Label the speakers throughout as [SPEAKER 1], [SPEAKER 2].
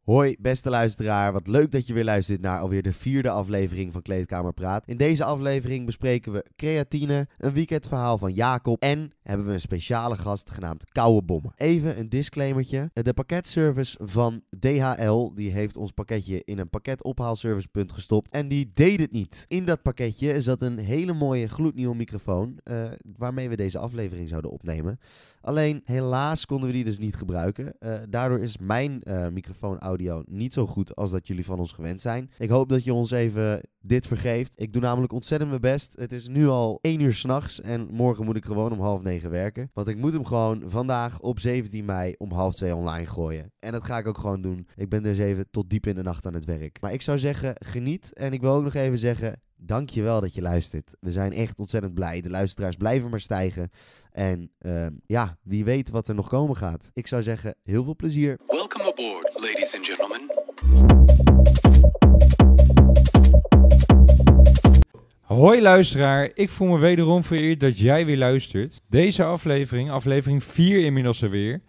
[SPEAKER 1] Hoi, beste luisteraar. Wat leuk dat je weer luistert naar alweer de vierde aflevering van Kleedkamer Praat. In deze aflevering bespreken we creatine, een weekendverhaal van Jacob en hebben we een speciale gast genaamd Koude Bommen. Even een disclaimertje. De pakketservice van DHL die heeft ons pakketje in een pakketophaalservicepunt gestopt en die deed het niet. In dat pakketje zat een hele mooie gloednieuwe microfoon eh, waarmee we deze aflevering zouden opnemen. Alleen helaas konden we die dus niet gebruiken. Eh, daardoor is mijn eh microfoon audio niet zo goed als dat jullie van ons gewend zijn. Ik hoop dat je ons even dit vergeeft. Ik doe namelijk ontzettend mijn best. Het is nu al 1 uur s'nachts en morgen moet ik gewoon om half 9 werken. Want ik moet hem gewoon vandaag op 17 mei om half 2 online gooien. En dat ga ik ook gewoon doen. Ik ben dus even tot diep in de nacht aan het werk. Maar ik zou zeggen, geniet. En ik wil ook nog even zeggen, dankjewel dat je luistert. We zijn echt ontzettend blij. De luisteraars blijven maar stijgen. En ehm, ja, wie weet wat er nog komen gaat. Ik zou zeggen, heel veel plezier.
[SPEAKER 2] Welcome aboard, ladies and gentlemen.
[SPEAKER 3] Hoi luisteraar, ik voel me wederom vereerd dat jij weer luistert. Deze aflevering, aflevering 4 inmiddels alweer.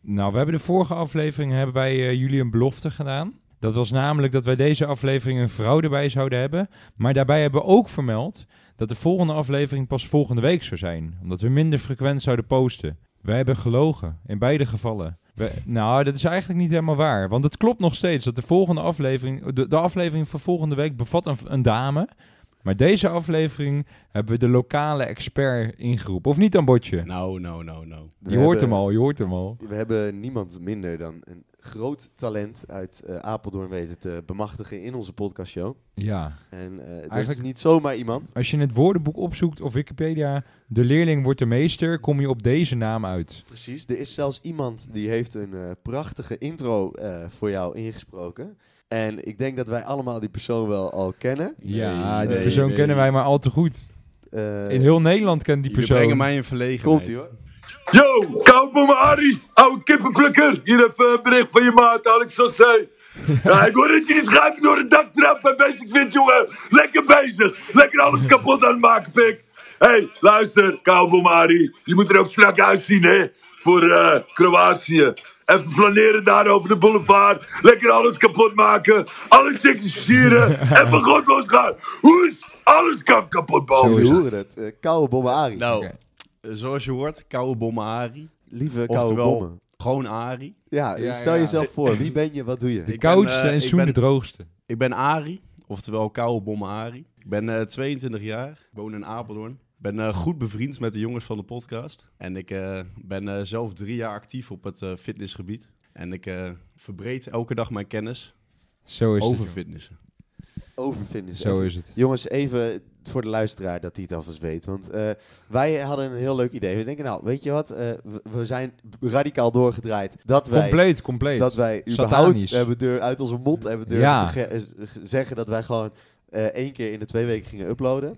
[SPEAKER 3] Nou, we hebben de vorige aflevering hebben wij eh, jullie een belofte gedaan. Dat was namelijk dat wij deze aflevering een vrouw erbij zouden hebben. Maar daarbij hebben we ook vermeld dat de volgende aflevering pas volgende week zou zijn. Omdat we minder frequent zouden posten. Wij hebben gelogen, in beide gevallen. We- nou, dat is eigenlijk niet helemaal waar. Want het klopt nog steeds dat de volgende aflevering... De, de aflevering van volgende week bevat een, een dame. Maar deze aflevering hebben we de lokale expert ingeroepen. Of niet dan, Botje?
[SPEAKER 4] Nou, nou, nou, nou.
[SPEAKER 3] Je hoort hem al, je hoort hem al.
[SPEAKER 1] We hebben niemand minder dan een groot talent uit eh, Apeldoorn weten te bemachtigen in onze podcastshow.
[SPEAKER 3] Ja.
[SPEAKER 1] En eh dat
[SPEAKER 3] Eigenlijk-
[SPEAKER 1] is niet zomaar iemand.
[SPEAKER 3] Als je het woordenboek opzoekt of Wikipedia, de leerling wordt de meester, kom je op deze naam uit.
[SPEAKER 1] Precies, er is zelfs iemand die heeft een eh, prachtige intro eh, voor jou ingesproken. En ik denk dat wij allemaal die persoon wel al kennen.
[SPEAKER 3] ja,
[SPEAKER 1] nee,
[SPEAKER 3] die persoon
[SPEAKER 4] nee.
[SPEAKER 3] kennen wij maar al te goed.
[SPEAKER 1] Eh,
[SPEAKER 3] In heel Nederland kent die
[SPEAKER 4] Jullie
[SPEAKER 3] persoon.
[SPEAKER 4] brengen mij in verlegenheid.
[SPEAKER 1] komt ie hoor.
[SPEAKER 5] Yo, kouwbommen Harry, oude kippenplukker. Hier even een bericht van je maat, Alex Sassé. Ja, ik hoor dat je die schuif door het dak trapt en bezig vindt, jongen. Lekker bezig. Lekker alles kapot aan het maken, pik. Hé, hey, luister, kouwbommen Harry. Je moet er ook strak uitzien, hè. Voor eh, Kroatië. Even flaneren daar over de boulevard. Lekker alles kapot maken. Alle chicks versieren. en van God losgaan. Hoes, alles kan kapot,
[SPEAKER 1] Jullie
[SPEAKER 5] behalve.
[SPEAKER 1] horen het. eh, koude bommen Arie.
[SPEAKER 4] Nou,
[SPEAKER 3] Oké.
[SPEAKER 4] eh, zoals je hoort, koude bommen Ari.
[SPEAKER 1] Lieve koude bommen.
[SPEAKER 4] Oftewel, gewoon Ari.
[SPEAKER 1] Ja,
[SPEAKER 3] Ja,
[SPEAKER 1] stel
[SPEAKER 3] ja.
[SPEAKER 1] jezelf voor. Wie ben je? Wat doe je?
[SPEAKER 3] De
[SPEAKER 4] Ik ben,
[SPEAKER 3] koudste
[SPEAKER 4] eh,
[SPEAKER 3] en
[SPEAKER 4] ik
[SPEAKER 3] Soen
[SPEAKER 4] ben-
[SPEAKER 3] de droogste.
[SPEAKER 4] Ik ben Ari, oftewel koude bommen Ari. Ik ben eh, 22 jaar, woon in Apeldoorn. Ik ben eh, goed bevriend met de jongens van de podcast. En ik eh, ben eh, zelf drie jaar actief op het eh, fitnessgebied. En ik eh, verbreed elke dag mijn kennis
[SPEAKER 3] Zo is
[SPEAKER 4] over
[SPEAKER 3] het.
[SPEAKER 4] fitnessen.
[SPEAKER 1] Overvinden
[SPEAKER 3] jongen. Zo is het.
[SPEAKER 1] Jongens, even voor de luisteraar dat hij het alvast weet. Want eh, wij hadden een heel leuk idee. We denken, nou, weet je wat? eh, we- we zijn radicaal doorgedraaid. Dat wij,
[SPEAKER 3] Compleet, compleet.
[SPEAKER 1] dat wij überhaupt
[SPEAKER 3] Satanisch.
[SPEAKER 1] hebben deur, uit onze mond hebben durven
[SPEAKER 3] Ja.
[SPEAKER 1] te ge- eh, ge- zeggen dat wij gewoon eh, één keer in de twee weken gingen uploaden.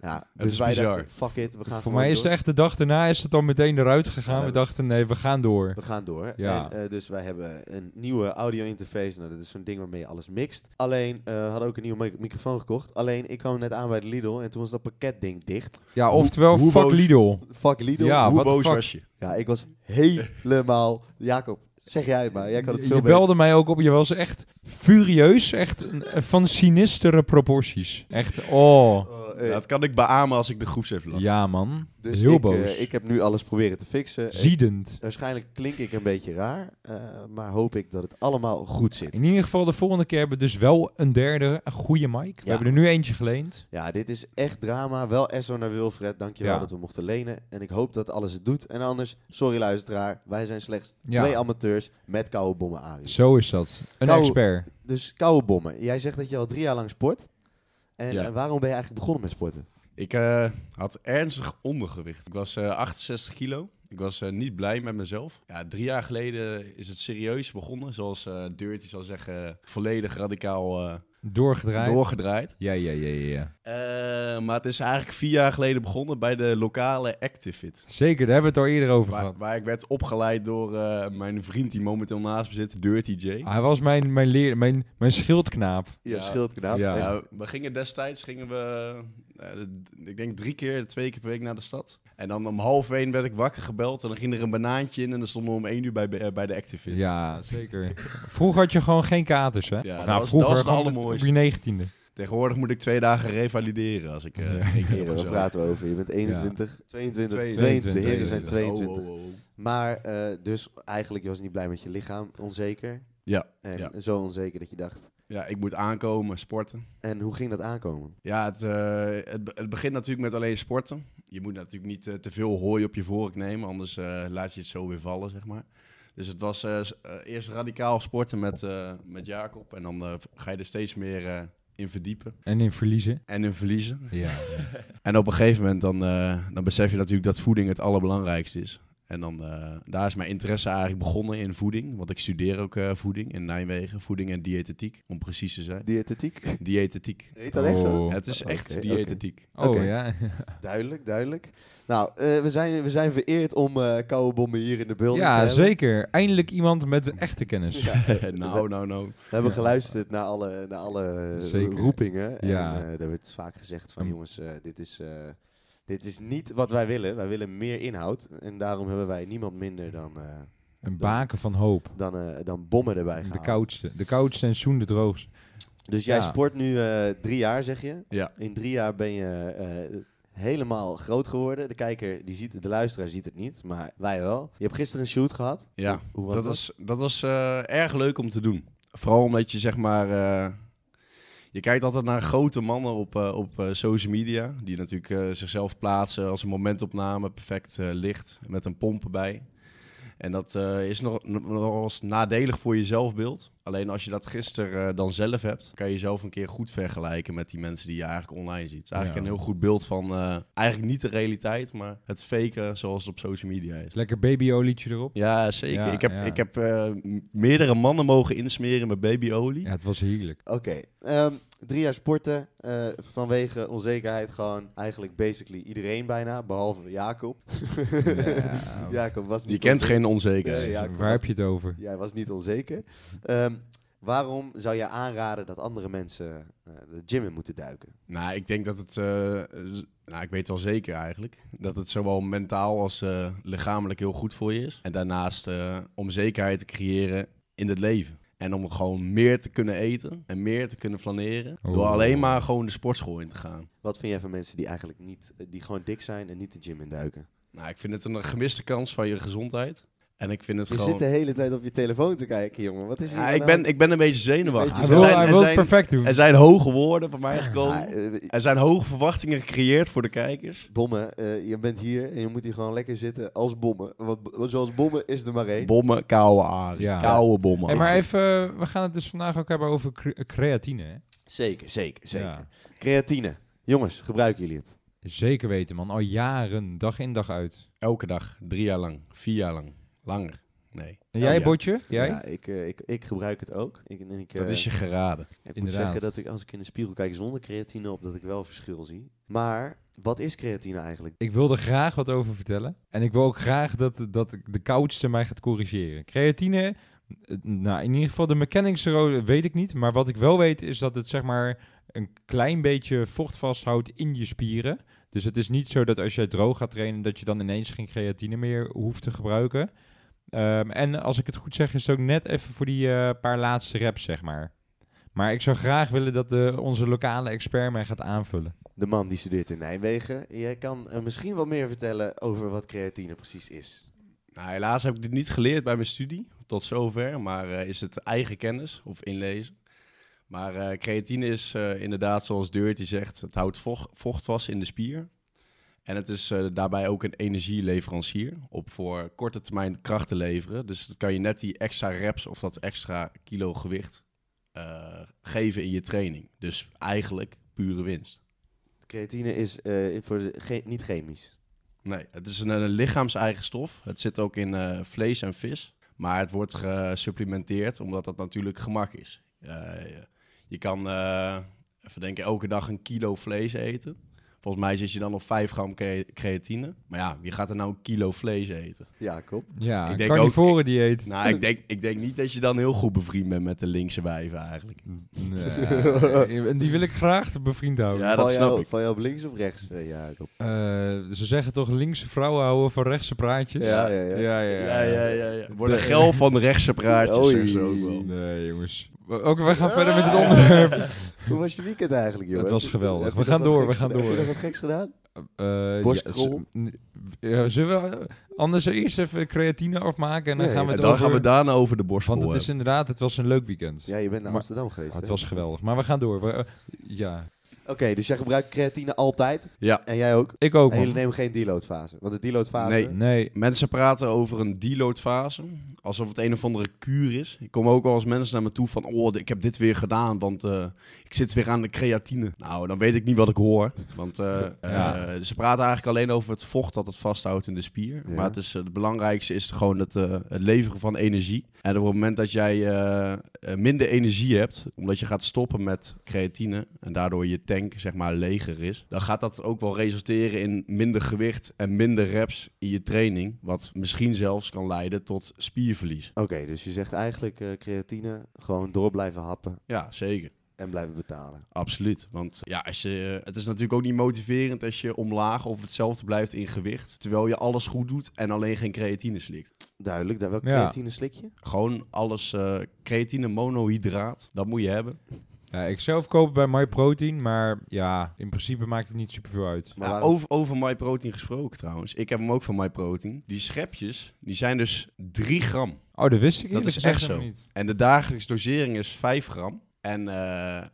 [SPEAKER 1] Nou, dus
[SPEAKER 4] is
[SPEAKER 1] wij
[SPEAKER 4] bizar.
[SPEAKER 1] dachten, fuck it, we gaan
[SPEAKER 3] Voor
[SPEAKER 1] gewoon
[SPEAKER 3] mij is het
[SPEAKER 1] door.
[SPEAKER 3] echt de dag daarna is het al meteen eruit gegaan.
[SPEAKER 1] Ja.
[SPEAKER 3] We dachten, nee, we gaan door.
[SPEAKER 1] We gaan door.
[SPEAKER 3] Ja.
[SPEAKER 1] En, eh, dus wij hebben een nieuwe audio interface. Nou, dat is zo'n ding waarmee je alles mixt. Alleen, eh, we hadden ook een nieuwe mic- microfoon gekocht. Alleen, ik kwam net aan bij de Lidl en toen was dat pakketding dicht.
[SPEAKER 3] Ja,
[SPEAKER 4] Hoe-
[SPEAKER 3] oftewel,
[SPEAKER 4] hoe
[SPEAKER 3] fuck
[SPEAKER 4] boos-
[SPEAKER 3] Lidl.
[SPEAKER 1] Fuck Lidl.
[SPEAKER 3] Ja,
[SPEAKER 4] Hoe
[SPEAKER 3] what the
[SPEAKER 4] boos
[SPEAKER 3] fuck?
[SPEAKER 4] was je?
[SPEAKER 1] Ja, ik was helemaal... Jacob, zeg jij het maar. Jij kan het
[SPEAKER 3] Je
[SPEAKER 1] veel
[SPEAKER 3] je
[SPEAKER 1] beter.
[SPEAKER 3] belde mij ook op. Je was echt furieus. Echt een- eh, van sinistere proporties. Echt, oh.
[SPEAKER 1] Oh, eh,
[SPEAKER 4] Ja, dat kan ik beamen als ik de groepsapp lag.
[SPEAKER 3] Ja, man.
[SPEAKER 1] dus
[SPEAKER 3] Heel
[SPEAKER 1] ik,
[SPEAKER 3] boos.
[SPEAKER 1] eh, ik heb nu alles proberen te fixen. Eh,
[SPEAKER 3] Ziedend.
[SPEAKER 1] waarschijnlijk klink ik een beetje raar. eh, maar hoop ik dat het allemaal goed zit.
[SPEAKER 3] In ieder geval, de volgende keer hebben we dus wel een derde, een goede mic. We
[SPEAKER 1] Ja.
[SPEAKER 3] hebben er nu eentje geleend.
[SPEAKER 1] Ja, dit is echt drama. Wel SO naar Wilfred. Dankjewel
[SPEAKER 3] Ja.
[SPEAKER 1] dat we mochten lenen. En ik hoop dat alles het doet. En anders, sorry luisteraar. Wij zijn slechts
[SPEAKER 3] Ja.
[SPEAKER 1] twee amateurs met koude bommen, Arie.
[SPEAKER 3] Zo is dat. Een
[SPEAKER 1] Nou,
[SPEAKER 3] expert.
[SPEAKER 1] Dus koude bommen. Jij zegt dat je al drie jaar lang sport. En
[SPEAKER 4] Ja.
[SPEAKER 1] eh, waarom ben je eigenlijk begonnen met sporten?
[SPEAKER 4] Ik eh, had ernstig ondergewicht. Ik was eh, 68 kilo. Ik was eh, niet blij met mezelf. Ja, drie jaar geleden is het serieus begonnen. Zoals eh Dirty zal zeggen, volledig radicaal eh,
[SPEAKER 3] Doorgedraaid.
[SPEAKER 4] doorgedraaid.
[SPEAKER 3] Ja, ja, ja, ja, ja.
[SPEAKER 4] Eh, maar het is eigenlijk vier jaar geleden begonnen bij de lokale Activit.
[SPEAKER 3] Zeker, daar hebben we het al eerder over
[SPEAKER 4] Waar,
[SPEAKER 3] gehad.
[SPEAKER 4] waar ik werd opgeleid door eh, mijn vriend die momenteel naast me zit, Dirty J.
[SPEAKER 3] Hij was mijn, mijn, leer, mijn, mijn schildknaap.
[SPEAKER 1] Je
[SPEAKER 4] Ja.
[SPEAKER 1] schildknaap.
[SPEAKER 3] Ja.
[SPEAKER 4] Nou,
[SPEAKER 1] En-
[SPEAKER 4] Ja, we gingen destijds, gingen we, eh, ik denk drie keer, twee keer per week naar de stad. En dan om half één werd ik wakker gebeld en dan ging er een banaantje in en dan stonden we om één uur bij, eh, bij de Activist.
[SPEAKER 3] Ja, zeker. Vroeger had je gewoon geen katers, hè?
[SPEAKER 4] Ja,
[SPEAKER 3] Of
[SPEAKER 4] dat
[SPEAKER 3] nou,
[SPEAKER 4] was-
[SPEAKER 3] vroeger
[SPEAKER 4] dat was het
[SPEAKER 3] gewoon op
[SPEAKER 4] allermooiste.
[SPEAKER 3] je negentiende.
[SPEAKER 4] Tegenwoordig moet ik twee dagen revalideren als ik... eh,
[SPEAKER 3] Ja.
[SPEAKER 4] één keer
[SPEAKER 1] Heren,
[SPEAKER 4] op
[SPEAKER 1] waar
[SPEAKER 4] mezelf-
[SPEAKER 1] praten we over? Je bent 21, 22,
[SPEAKER 4] 22,
[SPEAKER 1] 22. De heren zijn
[SPEAKER 4] 22.
[SPEAKER 1] 22.
[SPEAKER 4] Oh, oh, oh, oh.
[SPEAKER 1] Maar eh, dus eigenlijk, je was niet blij met je lichaam, onzeker.
[SPEAKER 4] Ja,
[SPEAKER 1] En
[SPEAKER 4] Ja.
[SPEAKER 1] zo onzeker dat je dacht.
[SPEAKER 4] ja, ik moet aankomen, sporten.
[SPEAKER 1] En hoe ging dat aankomen?
[SPEAKER 4] Ja, het, eh, het, be- het begint natuurlijk met alleen sporten. Je moet natuurlijk niet eh, te veel hooi op je vork nemen, anders eh, laat je het zo weer vallen, zeg maar. Dus het was eh, s- eh, eerst radicaal sporten met, eh, met Jacob en dan eh, ga je er steeds meer eh, in verdiepen
[SPEAKER 3] En in verliezen.
[SPEAKER 4] en in verliezen.
[SPEAKER 3] Ja.
[SPEAKER 4] En op een gegeven moment dan, eh, dan besef je natuurlijk dat voeding het allerbelangrijkste is. En dan, eh, daar is mijn interesse eigenlijk begonnen in voeding, want ik studeer ook eh, voeding in Nijmegen, voeding en diëtetiek, om precies te zijn.
[SPEAKER 1] Diëtetiek?
[SPEAKER 4] Diëtetiek.
[SPEAKER 1] Heet dat echt zo?
[SPEAKER 3] Oh.
[SPEAKER 4] Het is echt
[SPEAKER 1] Oké, oké.
[SPEAKER 4] diëtetiek.
[SPEAKER 3] Oh
[SPEAKER 1] Oké.
[SPEAKER 3] ja.
[SPEAKER 1] Duidelijk, duidelijk. Nou, eh, we, zijn, we zijn vereerd om eh koude bommen hier in de building te
[SPEAKER 3] Ja,
[SPEAKER 1] hebben.
[SPEAKER 3] zeker. Eindelijk iemand met echte kennis.
[SPEAKER 1] eh, Ja.
[SPEAKER 4] nou, nou, nou.
[SPEAKER 1] We hebben
[SPEAKER 3] Ja.
[SPEAKER 1] geluisterd naar alle, naar alle
[SPEAKER 3] Zeker.
[SPEAKER 1] roepingen. En
[SPEAKER 3] Ja.
[SPEAKER 1] eh, er werd vaak gezegd van
[SPEAKER 3] Een-
[SPEAKER 1] jongens, eh, dit, is, eh, dit is niet wat wij willen. Wij willen meer inhoud. En daarom hebben wij niemand minder dan, eh,
[SPEAKER 3] Een baken van hoop.
[SPEAKER 1] dan, eh, dan bommen erbij gehaald.
[SPEAKER 3] De koudste. De koudste en zoen de droogste.
[SPEAKER 1] Dus jij
[SPEAKER 3] Ja.
[SPEAKER 1] sport nu eh, drie jaar, zeg je.
[SPEAKER 4] Ja.
[SPEAKER 1] In drie jaar ben je eh, helemaal groot geworden. De kijker, die ziet, het, de luisteraar ziet het niet, maar wij wel. Je hebt gisteren een shoot gehad.
[SPEAKER 4] Ja,
[SPEAKER 1] Hoe was
[SPEAKER 4] dat
[SPEAKER 1] dat?
[SPEAKER 4] was, dat was eh, erg leuk om te doen. Vooral omdat je zeg maar. eh, je kijkt altijd naar grote mannen op, eh, op eh, social media. Die natuurlijk eh, zichzelf plaatsen als een momentopname. Perfect eh, licht met een pomp erbij. En dat eh, is nog, nog eens nadelig voor je zelfbeeld. Alleen als je dat gisteren eh, dan zelf hebt, kan je jezelf een keer goed vergelijken met die mensen die je eigenlijk online ziet. Het is eigenlijk
[SPEAKER 3] Ja.
[SPEAKER 4] een heel goed beeld van eh, eigenlijk niet de realiteit, maar het faken zoals het op social media is.
[SPEAKER 3] Lekker babyolietje erop.
[SPEAKER 4] Ja, zeker.
[SPEAKER 3] Ja,
[SPEAKER 4] ik heb,
[SPEAKER 3] ja.
[SPEAKER 4] ik heb eh, m- meerdere mannen mogen insmeren met babyolie.
[SPEAKER 3] Ja, het was heerlijk.
[SPEAKER 1] Oké, ehm, drie jaar sporten eh, vanwege onzekerheid gewoon eigenlijk basically iedereen bijna, behalve Jacob.
[SPEAKER 3] Ja.
[SPEAKER 1] Jacob was niet
[SPEAKER 4] oh. Je kent
[SPEAKER 1] onzeker.
[SPEAKER 4] geen
[SPEAKER 1] Nee,
[SPEAKER 4] onzekerheid.
[SPEAKER 1] ja.
[SPEAKER 3] Waar heb je het over?
[SPEAKER 1] Jij was niet onzeker. Ehm, waarom zou je aanraden dat andere mensen eh, de gym in moeten duiken?
[SPEAKER 4] Nou, ik denk dat het... eh, eh, nou, ik weet wel zeker eigenlijk. Dat het zowel mentaal als eh, lichamelijk heel goed voor je is. En daarnaast eh, om zekerheid te creëren in het leven. En om gewoon meer te kunnen eten en meer te kunnen flaneren.
[SPEAKER 3] Oh.
[SPEAKER 4] Door alleen maar gewoon de sportschool in te gaan.
[SPEAKER 1] Wat vind jij van mensen die eigenlijk niet, eh, die gewoon dik zijn en niet de gym in duiken?
[SPEAKER 4] Nou, ik vind het een gemiste kans van je gezondheid. En ik vind het
[SPEAKER 1] Je
[SPEAKER 4] gewoon...
[SPEAKER 1] zit de hele tijd op je telefoon te kijken, jongen. Wat is hier
[SPEAKER 4] Ja,
[SPEAKER 1] aan
[SPEAKER 4] ik,
[SPEAKER 1] de
[SPEAKER 4] ben,
[SPEAKER 1] hand?
[SPEAKER 4] ik ben een beetje zenuwachtig.
[SPEAKER 1] Een
[SPEAKER 3] Hij
[SPEAKER 1] beetje
[SPEAKER 4] Er
[SPEAKER 3] wil,
[SPEAKER 1] zenuwachtig.
[SPEAKER 4] zijn-
[SPEAKER 3] hij
[SPEAKER 4] er
[SPEAKER 3] wil het
[SPEAKER 4] zijn-
[SPEAKER 3] perfect doen.
[SPEAKER 4] Mhm. Er zijn hoge woorden bij mij
[SPEAKER 1] Ah,
[SPEAKER 4] gekomen.
[SPEAKER 1] eh,
[SPEAKER 4] Er zijn hoge verwachtingen gecreëerd voor de kijkers.
[SPEAKER 1] bommen, eh, je bent hier en je moet hier gewoon lekker zitten als bommen. Want b- zoals bommen is er maar één.
[SPEAKER 4] Bommen, koude aan.
[SPEAKER 3] Ja.
[SPEAKER 4] Koude bommen.
[SPEAKER 3] Hey, maar even, eh, we gaan het dus vandaag ook hebben over cre- creatine. Hè?
[SPEAKER 1] zeker, zeker, zeker.
[SPEAKER 3] Ja.
[SPEAKER 1] Creatine. Jongens, gebruiken jullie het?
[SPEAKER 3] Zeker weten, man. Al jaren, dag in dag uit.
[SPEAKER 4] Elke dag, drie jaar lang, vier jaar lang, langer. Nee,
[SPEAKER 3] En jij,
[SPEAKER 1] ja.
[SPEAKER 3] Botje? Jij?
[SPEAKER 1] Ja, ik, eh, ik, ik gebruik het ook. Ik, en ik,
[SPEAKER 4] dat
[SPEAKER 1] eh,
[SPEAKER 4] is je geraden.
[SPEAKER 1] ik moet
[SPEAKER 3] inderdaad.
[SPEAKER 1] zeggen dat ik als ik in de spiegel kijk zonder creatine op, dat ik wel verschil zie. Maar wat is creatine eigenlijk?
[SPEAKER 3] Ik wil er graag wat over vertellen. En ik wil ook graag dat, dat de koudste mij gaat corrigeren. Creatine, eh, nou in ieder geval de mechanics ervan weet ik niet. Maar wat ik wel weet is dat het zeg maar een klein beetje vocht vasthoudt in je spieren. Dus het is niet zo dat als jij droog gaat trainen, dat je dan ineens geen creatine meer hoeft te gebruiken. Ehm, en als ik het goed zeg, is het ook net even voor die eh, paar laatste reps, zeg maar. Maar ik zou graag willen dat eh, onze lokale expert mij gaat aanvullen.
[SPEAKER 1] De man die studeert in Nijmegen. Jij kan eh, misschien wat meer vertellen over wat creatine precies is.
[SPEAKER 4] Nou, helaas heb ik dit niet geleerd bij mijn studie, tot zover. Maar eh, is het eigen kennis of inlezen. Maar eh, creatine is eh, inderdaad, zoals Deurtje zegt, het houdt vocht, vocht vast in de spier. En het is eh, daarbij ook een energieleverancier op voor korte termijn kracht te leveren. Dus dat kan je net die extra reps of dat extra kilo gewicht eh, geven in je training. Dus eigenlijk pure winst.
[SPEAKER 1] Creatine is eh, voor de ge- niet chemisch.
[SPEAKER 4] Nee, het is een, een lichaams-eigen stof. Het zit ook in eh, vlees en vis. Maar het wordt gesupplementeerd omdat dat natuurlijk gemak is. Eh, je kan, eh, even denken, elke dag een kilo vlees eten. Volgens mij zit je dan op 5 gram cre- creatine. Maar ja, wie gaat er nou een kilo vlees eten?
[SPEAKER 1] Jacob.
[SPEAKER 3] Ja,
[SPEAKER 4] Ik denk
[SPEAKER 3] carnivore dieet.
[SPEAKER 4] Nou, ik denk, ik denk niet dat je dan heel goed bevriend bent met de linkse wijven eigenlijk.
[SPEAKER 3] Nee, en die wil ik graag te bevriend houden.
[SPEAKER 4] Ja, dat
[SPEAKER 1] val
[SPEAKER 4] snap
[SPEAKER 1] jou,
[SPEAKER 4] ik.
[SPEAKER 1] Val jou op links of rechts, eh, Jacob?
[SPEAKER 3] Eh, ze zeggen toch linkse vrouwen houden van rechtse praatjes?
[SPEAKER 1] Ja, ja, ja.
[SPEAKER 3] ja. ja, ja.
[SPEAKER 4] ja. ja. Worden geil van rechtse praatjes
[SPEAKER 1] Oei.
[SPEAKER 4] en zo ook wel.
[SPEAKER 3] Nee, jongens. We- Ook wij gaan verder met het onderwerp.
[SPEAKER 1] Hoe was je weekend eigenlijk, joh?
[SPEAKER 3] Het was geweldig.
[SPEAKER 1] Heb je
[SPEAKER 3] We
[SPEAKER 1] nog
[SPEAKER 3] gaan
[SPEAKER 1] wat
[SPEAKER 3] door,
[SPEAKER 1] geks
[SPEAKER 3] we gaan
[SPEAKER 1] gedaan? Heb
[SPEAKER 3] door.
[SPEAKER 1] je nog wat geks gedaan?
[SPEAKER 3] Eh,
[SPEAKER 1] Borstkrol.
[SPEAKER 3] ja, z- n- ja, zullen we eh, anders eerst even creatine afmaken en dan
[SPEAKER 1] Ja,
[SPEAKER 3] gaan
[SPEAKER 1] ja.
[SPEAKER 3] we
[SPEAKER 4] En
[SPEAKER 3] het
[SPEAKER 4] dan
[SPEAKER 3] over-
[SPEAKER 4] gaan we daarna over de
[SPEAKER 3] Want
[SPEAKER 4] borstbol
[SPEAKER 3] het is
[SPEAKER 4] hebben.
[SPEAKER 3] inderdaad, het was een leuk weekend.
[SPEAKER 1] Ja, je bent naar
[SPEAKER 3] Maar- Ah,
[SPEAKER 1] Amsterdam geweest,
[SPEAKER 3] het
[SPEAKER 1] hè?
[SPEAKER 3] was geweldig. Maar we gaan door. We- eh, ja,
[SPEAKER 1] Oké, dus jij gebruikt creatine altijd.
[SPEAKER 4] Ja.
[SPEAKER 1] En jij ook.
[SPEAKER 3] ik ook.
[SPEAKER 1] en jullie
[SPEAKER 3] man.
[SPEAKER 1] nemen geen deloadfase. Want de deloadfase...
[SPEAKER 4] Nee.
[SPEAKER 3] Nee,
[SPEAKER 4] Mensen praten over een deloadfase, alsof het een of andere kuur is. Ik kom ook wel eens mensen naar me toe van, oh, ik heb dit weer gedaan, want eh, ik zit weer aan de creatine. Nou, dan weet ik niet wat ik hoor, want eh,
[SPEAKER 3] Ja.
[SPEAKER 4] eh, ze praten eigenlijk alleen over het vocht dat het vasthoudt in de spier.
[SPEAKER 1] Ja.
[SPEAKER 4] Maar het, is, eh, het belangrijkste is gewoon het, eh, het leveren van energie. En op het moment dat jij eh, eh, minder energie hebt, omdat je gaat stoppen met creatine en daardoor je tank zeg maar leger is, dan gaat dat ook wel resulteren in minder gewicht en minder reps in je training, wat misschien zelfs kan leiden tot spierverlies.
[SPEAKER 1] Oké, dus je zegt eigenlijk eh, creatine gewoon door blijven happen
[SPEAKER 4] Ja, zeker.
[SPEAKER 1] en blijven betalen.
[SPEAKER 4] Absoluut. Want eh, ja, als je, het is natuurlijk ook niet motiverend als je omlaag of hetzelfde blijft in gewicht. Terwijl je alles goed doet en alleen geen creatine slikt.
[SPEAKER 1] Duidelijk. Daar welk
[SPEAKER 3] Ja.
[SPEAKER 1] creatine slik je?
[SPEAKER 4] Gewoon alles, eh, creatine monohydraat, dat moet je hebben.
[SPEAKER 3] ja, ik zelf koop bij MyProtein, maar ja, in principe maakt het niet superveel uit.
[SPEAKER 1] Maar
[SPEAKER 4] Ja, oh.
[SPEAKER 1] waarom-
[SPEAKER 4] over, over MyProtein gesproken trouwens. Ik heb hem ook van MyProtein. Die schepjes, die zijn dus 3 gram.
[SPEAKER 3] Oh, dat wist ik
[SPEAKER 4] Dat
[SPEAKER 3] eerlijk
[SPEAKER 4] is echt
[SPEAKER 3] gezegd
[SPEAKER 4] zo.
[SPEAKER 3] helemaal niet.
[SPEAKER 4] En de dagelijkse dosering is 5 gram. En eh,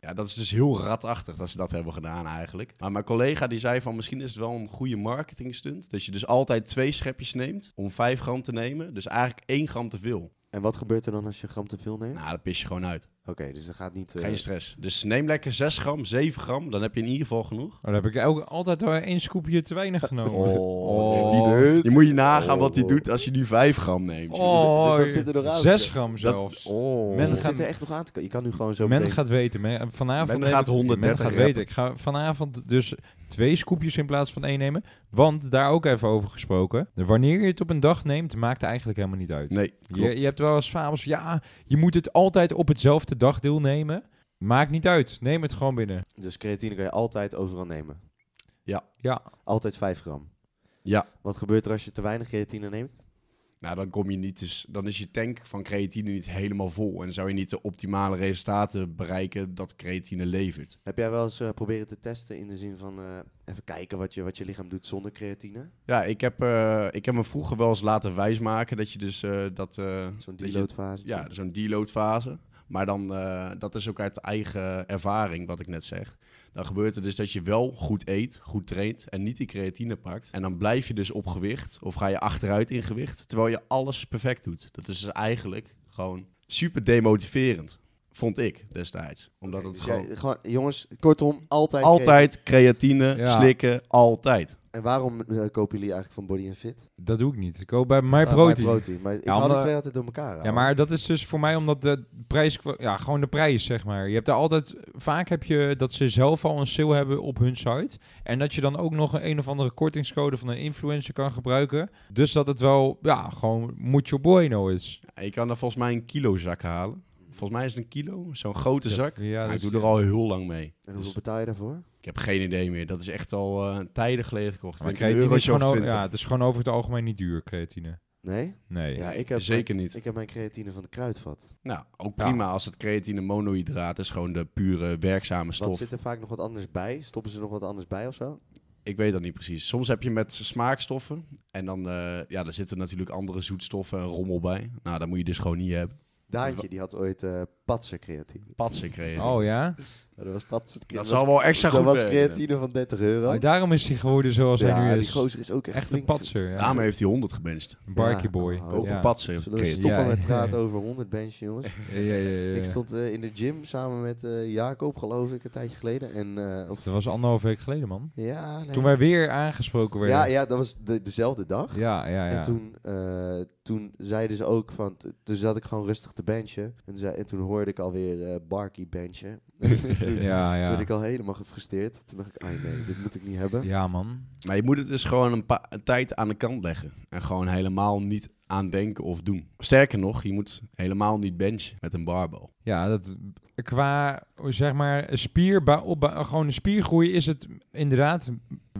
[SPEAKER 4] ja, dat is dus heel ratachtig dat ze dat hebben gedaan eigenlijk. Maar mijn collega die zei van misschien is het wel een goede marketing stunt. Dat je dus altijd twee schepjes neemt om 5 gram te nemen. Dus eigenlijk 1 gram te veel.
[SPEAKER 1] En wat gebeurt er dan als je gram te veel neemt?
[SPEAKER 4] Nou, dat pis je gewoon uit.
[SPEAKER 1] Oké, dus dat gaat niet... eh,
[SPEAKER 4] Geen stress. Dus neem lekker 6 gram, 7 gram. Dan heb je in ieder geval genoeg.
[SPEAKER 3] Oh, dan heb ik ook altijd wel één scoopje te weinig genomen.
[SPEAKER 4] Oh,
[SPEAKER 3] die
[SPEAKER 4] Je moet je nagaan
[SPEAKER 1] Oh.
[SPEAKER 4] wat hij doet als je nu 5 gram neemt.
[SPEAKER 3] Oh,
[SPEAKER 1] Dus dat zit er nog aan.
[SPEAKER 3] Zes gram
[SPEAKER 4] Dat,
[SPEAKER 3] zelfs.
[SPEAKER 4] oh.
[SPEAKER 1] Dus
[SPEAKER 3] Mensen
[SPEAKER 1] dat
[SPEAKER 3] gaan-
[SPEAKER 1] zit er echt nog aan te komen. Je kan nu gewoon zo
[SPEAKER 3] men
[SPEAKER 1] meteen...
[SPEAKER 3] gaat weten. Men, vanavond
[SPEAKER 4] Men
[SPEAKER 3] neem
[SPEAKER 4] gaat
[SPEAKER 3] ik-
[SPEAKER 4] 130
[SPEAKER 3] men gaat
[SPEAKER 4] rappen.
[SPEAKER 3] weten. Ik ga vanavond dus twee scoopjes in plaats van één nemen. Want daar ook even over gesproken. Wanneer je het op een dag neemt, maakt eigenlijk helemaal niet uit.
[SPEAKER 4] Nee,
[SPEAKER 3] je, je hebt wel eens fabels. Ja, je moet het altijd op hetzelfde dagdeel nemen. Maakt niet uit. Neem het gewoon binnen.
[SPEAKER 1] Dus creatine kan je altijd overal nemen.
[SPEAKER 3] Ja,
[SPEAKER 1] Altijd 5 gram.
[SPEAKER 4] Ja.
[SPEAKER 1] Wat gebeurt er als je te weinig creatine neemt?
[SPEAKER 4] Nou, dan kom je niet dus, dan is je tank van creatine niet helemaal vol. En dan zou je niet de optimale resultaten bereiken dat creatine levert.
[SPEAKER 1] Heb jij wel eens eh, proberen te testen in de zin van eh, even kijken wat je, wat je lichaam doet zonder creatine?
[SPEAKER 4] Ja, ik heb, eh, ik heb me vroeger wel eens laten wijsmaken dat je dus eh, dat. eh,
[SPEAKER 1] Zo'n
[SPEAKER 4] dat je-
[SPEAKER 1] deloadfase?
[SPEAKER 4] ja, dus zo'n deloadfase. Maar dan, eh, dat is ook uit eigen ervaring wat ik net zeg. Dan gebeurt het dus dat je wel goed eet, goed traint en niet die creatine pakt. En dan blijf je dus op gewicht of ga je achteruit in gewicht, terwijl je alles perfect doet. Dat is dus eigenlijk gewoon super demotiverend, vond ik destijds. Omdat
[SPEAKER 1] Oké,
[SPEAKER 4] het
[SPEAKER 1] dus
[SPEAKER 4] gewoon...
[SPEAKER 1] jij- gewoon, jongens, kortom, altijd. creatine.
[SPEAKER 4] Altijd creatine,
[SPEAKER 3] Ja.
[SPEAKER 4] slikken, altijd.
[SPEAKER 1] En waarom eh, kopen jullie eigenlijk van Body Fit?
[SPEAKER 3] dat doe ik niet. Ik koop bij mijn
[SPEAKER 1] Ah,
[SPEAKER 3] protein.
[SPEAKER 1] MyProtein, Maar ik
[SPEAKER 3] Ja,
[SPEAKER 1] haal die
[SPEAKER 3] omdat-
[SPEAKER 1] twee altijd door elkaar.
[SPEAKER 3] Ja,
[SPEAKER 1] ouwe.
[SPEAKER 3] maar dat is dus voor mij omdat de prijs... Ja, gewoon de prijs, zeg maar. Je hebt daar altijd... Vaak heb je dat ze zelf al een sale hebben op hun site. En dat je dan ook nog een, een of andere kortingscode van een influencer kan gebruiken. Dus dat het wel, ja, gewoon mucho bueno is.
[SPEAKER 4] Je kan er volgens mij een kilo zak halen. Volgens mij is het een kilo, zo'n grote
[SPEAKER 3] Ja,
[SPEAKER 4] zak.
[SPEAKER 3] ja, dus
[SPEAKER 4] Maar
[SPEAKER 3] dat
[SPEAKER 4] ik
[SPEAKER 3] is-
[SPEAKER 4] doe er al heel lang mee.
[SPEAKER 1] En hoeveel betaal je daarvoor?
[SPEAKER 4] Ik heb geen idee meer. Dat is echt al eh, tijden geleden gekocht.
[SPEAKER 3] Maar
[SPEAKER 4] Ik denk een
[SPEAKER 3] creatine is
[SPEAKER 4] eurotje of
[SPEAKER 3] gewoon... o-
[SPEAKER 4] 20.
[SPEAKER 3] Ja, het is gewoon over het algemeen niet duur, creatine.
[SPEAKER 1] Nee?
[SPEAKER 3] Nee.
[SPEAKER 1] Ja, ik heb
[SPEAKER 4] zeker niet.
[SPEAKER 1] Ik heb mijn creatine van de kruidvat.
[SPEAKER 4] Nou, ook prima als het creatine monohydraat is. Gewoon de pure werkzame
[SPEAKER 1] Wat
[SPEAKER 4] stof.
[SPEAKER 1] zit er vaak nog wat anders bij? Stoppen ze nog wat anders bij of zo?
[SPEAKER 4] Ik weet dat niet precies. Soms heb je met smaakstoffen. En dan eh, ja, daar zitten natuurlijk andere zoetstoffen en rommel bij. Nou, dat moet je dus gewoon niet hebben.
[SPEAKER 1] Daantje, die had ooit eh patser creatine.
[SPEAKER 4] Patsen creatine.
[SPEAKER 3] Oh ja?
[SPEAKER 1] Maar dat was patser creatine.
[SPEAKER 4] dat zal wel extra
[SPEAKER 1] dat
[SPEAKER 4] goed
[SPEAKER 1] was
[SPEAKER 4] werken.
[SPEAKER 1] creatine van 30 euro.
[SPEAKER 3] Oh, daarom is hij geworden zoals hij
[SPEAKER 1] ja,
[SPEAKER 3] nu
[SPEAKER 1] die
[SPEAKER 3] is.
[SPEAKER 1] gozer is ook echt,
[SPEAKER 3] dus Echt een
[SPEAKER 1] flink.
[SPEAKER 3] patser. Ja.
[SPEAKER 4] Daarmee heeft hij 100 gewenst.
[SPEAKER 3] Een barkie
[SPEAKER 1] Ja,
[SPEAKER 3] boy.
[SPEAKER 1] oh,
[SPEAKER 4] Koop
[SPEAKER 1] Ja.
[SPEAKER 4] een patsen
[SPEAKER 1] Zullen we
[SPEAKER 4] creatine.
[SPEAKER 1] stoppen
[SPEAKER 3] Ja,
[SPEAKER 1] met
[SPEAKER 3] ja.
[SPEAKER 1] praten over 100 bench, jongens?
[SPEAKER 3] Ja, ja, ja, ja.
[SPEAKER 1] Ik stond eh, in de gym samen met eh, Jacob, geloof ik, een tijdje geleden. En, eh, of-
[SPEAKER 3] Dat was anderhalf week geleden, man.
[SPEAKER 1] ja, nee.
[SPEAKER 3] Toen wij weer aangesproken werden.
[SPEAKER 1] ja, ja, dat was de, dezelfde dag.
[SPEAKER 3] ja, ja. ja.
[SPEAKER 1] En toen, eh, toen zeiden ze ook van... t- Toen zat ik gewoon rustig te benchen. En, zei, en toen hoorde ik alweer eh Barkie benchen. En toen, eh, toen
[SPEAKER 3] Ja, ja.
[SPEAKER 1] werd ik al helemaal gefrustreerd. Toen dacht ik, ah nee, dit moet ik niet hebben.
[SPEAKER 3] Ja, man.
[SPEAKER 4] Maar je moet het dus gewoon een, pa- een tijd aan de kant leggen. En gewoon helemaal niet aan denken of doen. Sterker nog, je moet helemaal niet benchen met een barbel.
[SPEAKER 3] Ja, dat, qua zeg maar spierbouw, opbouw- gewoon een spiergroei is het inderdaad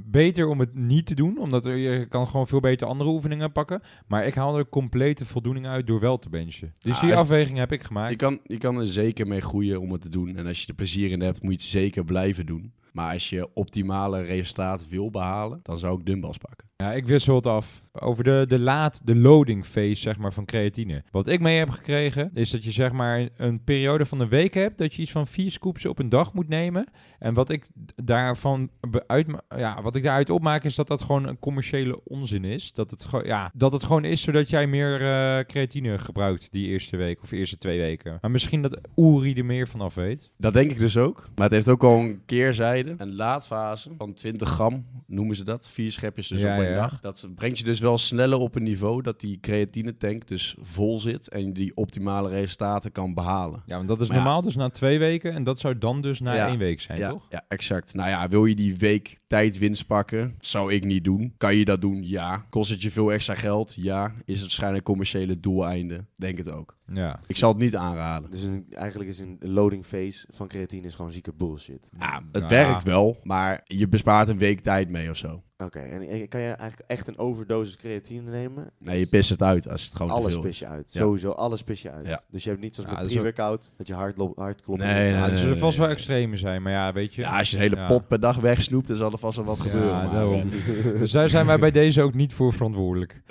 [SPEAKER 3] beter om het niet te doen. Omdat er- je kan gewoon veel beter andere oefeningen pakken. Maar ik haal er complete voldoening uit door wel te benchen. Dus
[SPEAKER 4] Ah,
[SPEAKER 3] die
[SPEAKER 4] het-
[SPEAKER 3] afweging heb ik
[SPEAKER 4] Je
[SPEAKER 3] gemaakt.
[SPEAKER 4] kan, je kan er zeker mee groeien om het te doen. En als je er plezier in hebt, moet je het zeker blijven doen. Maar als je optimale resultaat wil behalen, dan zou ik dumbbells pakken.
[SPEAKER 3] Ja, ik wissel het af. Over de, de laat, de loading phase, zeg maar, van creatine. Wat ik mee heb gekregen, is dat je zeg maar een periode van een week hebt... dat je iets van vier scoops op een dag moet nemen. En wat ik daarvan be- uit, ja, wat ik daaruit opmaak is dat dat gewoon een commerciële onzin is. Dat het, gewoon- ja, dat het gewoon is zodat jij meer eh, creatine gebruikt die eerste week of eerste twee weken. Maar misschien dat Uri er meer vanaf weet.
[SPEAKER 4] Dat denk ik dus ook. Maar het heeft ook al een keerzijde. Een laadfase van 20 gram, noemen ze dat. Vier schepjes dus
[SPEAKER 3] Ja,
[SPEAKER 4] op een
[SPEAKER 3] ja.
[SPEAKER 4] dag. Dat brengt je dus wel sneller op een niveau dat die creatine tank dus vol zit. En je die optimale resultaten kan behalen.
[SPEAKER 3] Ja, want dat is
[SPEAKER 4] Maar ja.
[SPEAKER 3] normaal dus na twee weken en dat zou dan dus na
[SPEAKER 4] Ja.
[SPEAKER 3] één week zijn,
[SPEAKER 4] ja,
[SPEAKER 3] toch?
[SPEAKER 4] ja, exact. Nou ja, wil je die week tijdwinst pakken? Zou ik niet doen. Kan je dat doen? Ja. Kost het je veel extra geld? Ja. Is het waarschijnlijk commerciële doeleinde? Denk het ook.
[SPEAKER 3] Ja.
[SPEAKER 4] Ik zal het niet aanraden.
[SPEAKER 1] Dus een- eigenlijk is een loading phase van creatine is gewoon zieke bullshit.
[SPEAKER 4] Ja, Ah, het
[SPEAKER 3] Ja.
[SPEAKER 4] werkt wel, maar je bespaart een week tijd mee of zo.
[SPEAKER 1] Oké, en, en kan je eigenlijk echt een overdosis creatine nemen?
[SPEAKER 4] Nee, je pist het uit als het gewoon te
[SPEAKER 1] Alles
[SPEAKER 4] veel is.
[SPEAKER 1] pis je uit.
[SPEAKER 4] Ja.
[SPEAKER 1] Sowieso, alles pis je uit.
[SPEAKER 4] Ja.
[SPEAKER 1] Dus je hebt niet zoals
[SPEAKER 3] Ja,
[SPEAKER 1] met
[SPEAKER 3] dat is ook-
[SPEAKER 1] pre-workout, dat je hard, lo- hard klopt.
[SPEAKER 4] Nee, nee,
[SPEAKER 3] Ja,
[SPEAKER 4] nee.
[SPEAKER 3] er zullen vast wel extreme zijn, maar ja, weet je.
[SPEAKER 4] Eh, Ja, als je een hele
[SPEAKER 3] Ja.
[SPEAKER 4] pot per dag wegsnoept, dan zal er vast wel wat
[SPEAKER 3] Ja,
[SPEAKER 4] gebeuren. maar,
[SPEAKER 3] daarom.
[SPEAKER 4] eh,
[SPEAKER 3] Dus daar zijn wij bij deze ook niet voor verantwoordelijk.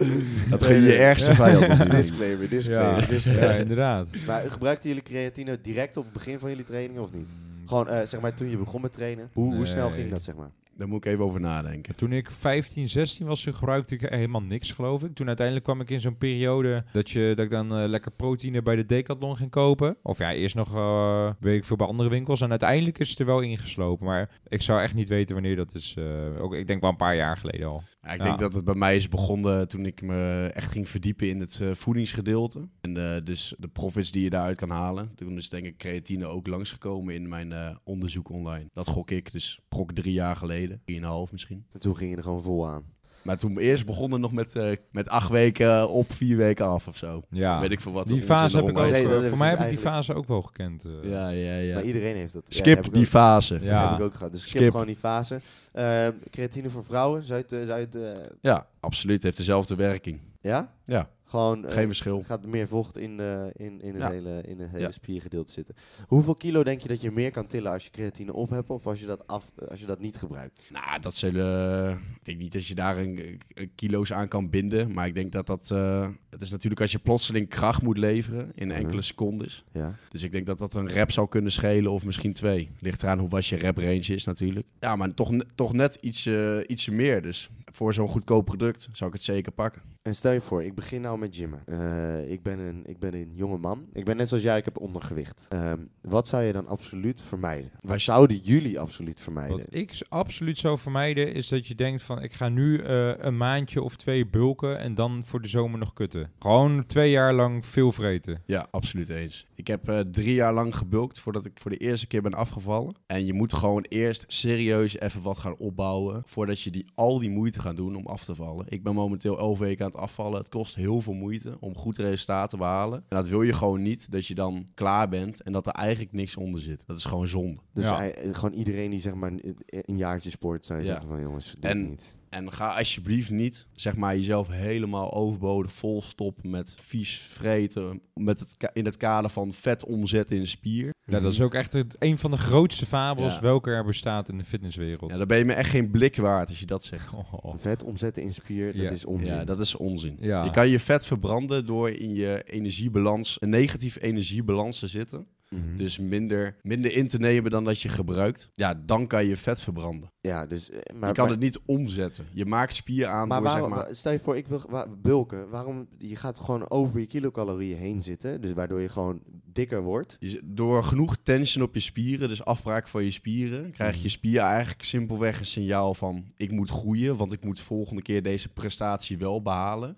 [SPEAKER 4] dat ging je ergste vijand doen.
[SPEAKER 1] Disclaimer, disclaimer, disclaimer.
[SPEAKER 3] ja inderdaad.
[SPEAKER 1] Maar gebruikten jullie creatine direct op het begin van jullie training of niet?
[SPEAKER 4] Mm.
[SPEAKER 1] Gewoon, eh, zeg maar, toen je begon met trainen, hoe, hoe snel
[SPEAKER 3] Nee.
[SPEAKER 1] ging dat, zeg maar?
[SPEAKER 4] Daar moet ik even over nadenken.
[SPEAKER 3] Toen ik 15, 16 was, toen gebruikte ik helemaal niks, geloof ik. Toen uiteindelijk kwam ik in zo'n periode dat, je, dat ik dan eh, lekker proteïne bij de Decathlon ging kopen. Of ja, eerst nog, eh, weet ik veel, bij andere winkels. En uiteindelijk is het er wel ingeslopen. Maar ik zou echt niet weten wanneer dat is. eh, ook, ik denk wel een paar jaar geleden al.
[SPEAKER 4] Ja, ik
[SPEAKER 3] Ja.
[SPEAKER 4] denk dat het bij mij is begonnen toen ik me echt ging verdiepen in het eh, voedingsgedeelte. En eh, dus de profits die je daaruit kan halen. Toen is denk ik creatine ook langsgekomen in mijn eh, onderzoek online. Dat gok ik, dus gok drie jaar geleden. Drieënhalf misschien.
[SPEAKER 1] En toen ging je er gewoon vol aan.
[SPEAKER 4] Maar toen eerst begonnen nog met, eh, met acht weken eh, op, vier weken af of zo.
[SPEAKER 3] Ja,
[SPEAKER 4] Weet ik veel wat.
[SPEAKER 3] die
[SPEAKER 4] onzin
[SPEAKER 3] fase heb ik ook. eh,
[SPEAKER 1] Nee,
[SPEAKER 4] eromheen.
[SPEAKER 1] dat heb ik
[SPEAKER 3] voor mij
[SPEAKER 1] dus
[SPEAKER 3] heb ik die
[SPEAKER 1] eigenlijk-
[SPEAKER 3] fase ook wel gekend. eh.
[SPEAKER 4] Ja, ja, ja.
[SPEAKER 1] Maar iedereen heeft dat. Ja, heb
[SPEAKER 4] Skip
[SPEAKER 1] ik
[SPEAKER 4] die
[SPEAKER 1] ook-
[SPEAKER 4] fase. Ja.
[SPEAKER 3] Ja.
[SPEAKER 1] Heb ik ook gehad. Dus skip,
[SPEAKER 4] Skip.
[SPEAKER 1] gewoon die fase. Eh, creatine voor vrouwen, zou je het, eh, zou je het, eh,
[SPEAKER 4] absoluut. Heeft dezelfde werking.
[SPEAKER 1] ja?
[SPEAKER 4] Ja.
[SPEAKER 1] Gewoon, eh,
[SPEAKER 4] Geen verschil.
[SPEAKER 1] gaat meer vocht in, eh, in, in het
[SPEAKER 4] Ja.
[SPEAKER 1] hele, in het hele
[SPEAKER 4] Ja.
[SPEAKER 1] spiergedeelte zitten. Hoeveel kilo denk je dat je meer kan tillen als je creatine op hebt of als je dat, af, als je dat niet gebruikt?
[SPEAKER 4] Nou, dat zullen... Ik denk niet dat je daar een, een kilo's aan kan binden. Maar ik denk dat dat... eh, het is natuurlijk als je plotseling kracht moet leveren in enkele
[SPEAKER 1] Mhm.
[SPEAKER 4] secondes.
[SPEAKER 1] Ja.
[SPEAKER 4] Dus ik denk dat dat een rep zou kunnen schelen of misschien twee. Ligt eraan hoe was je rep range is natuurlijk. Ja, maar toch, ne- toch net iets, eh, iets meer. Dus voor zo'n goedkoop product zou ik het zeker pakken.
[SPEAKER 1] En stel je voor, ik begin nou met gymmen. Eh, ik, ben een, ik ben een jonge man. Ik ben net zoals jij, ik heb ondergewicht. Ehm, wat zou je dan absoluut vermijden? Wat zouden jullie absoluut vermijden?
[SPEAKER 3] Wat ik s- absoluut zou vermijden is dat je denkt van ik ga nu eh, een maandje of twee bulken en dan voor de zomer nog kutten. Gewoon twee jaar lang veel vreten.
[SPEAKER 4] Ja, absoluut eens. Ik heb eh, drie jaar lang gebulkt voordat ik voor de eerste keer ben afgevallen. En je moet gewoon eerst serieus even wat gaan opbouwen. Voordat je die, al die moeite gaat doen om af te vallen. Ik ben momenteel elf weken aan het afvallen. Het kost heel veel moeite om goed resultaat te behalen. En dat wil je gewoon niet dat je dan klaar bent en dat er eigenlijk niks onder zit. Dat is gewoon zonde.
[SPEAKER 1] Dus
[SPEAKER 3] Ja.
[SPEAKER 1] ei- eh, gewoon iedereen die zeg maar een, een jaartje sport, zou je
[SPEAKER 4] Ja.
[SPEAKER 1] zeggen van jongens, doe het
[SPEAKER 4] En-
[SPEAKER 1] niet.
[SPEAKER 4] En ga alsjeblieft niet, zeg maar, jezelf helemaal overbodig vol stoppen met vies vreten. Met het, ka- in het kader van vet omzetten in spier.
[SPEAKER 3] Ja,
[SPEAKER 1] Mhm.
[SPEAKER 3] dat is ook echt het, een van de grootste fabels
[SPEAKER 4] Ja.
[SPEAKER 3] welke er bestaat in de fitnesswereld.
[SPEAKER 4] Ja, dan ben je me echt geen blik waard als je dat zegt.
[SPEAKER 3] Oh.
[SPEAKER 1] Vet omzetten in spier,
[SPEAKER 3] Ja.
[SPEAKER 1] dat is onzin.
[SPEAKER 4] Ja, dat is onzin.
[SPEAKER 3] Ja.
[SPEAKER 4] Je kan je vet verbranden door in je energiebalans, een negatieve energiebalans te zitten.
[SPEAKER 1] Mhm.
[SPEAKER 4] Dus minder, minder in te nemen dan dat je gebruikt. Ja, dan kan je vet verbranden.
[SPEAKER 1] ja, dus, eh, maar,
[SPEAKER 4] je kan
[SPEAKER 1] maar-
[SPEAKER 4] het niet omzetten. Je maakt spier aan
[SPEAKER 1] Maar,
[SPEAKER 4] door,
[SPEAKER 1] waarom,
[SPEAKER 4] zeg maar...
[SPEAKER 1] wa- stel je voor, ik wil wa- bulken. Waarom, je gaat gewoon over je kilocalorieën heen zitten. Dus waardoor je gewoon dikker wordt.
[SPEAKER 4] Je z- Door genoeg tension op je spieren, dus afbraak van je spieren, krijgt je spier eigenlijk simpelweg een signaal van: ik moet groeien, want ik moet volgende keer deze prestatie wel behalen.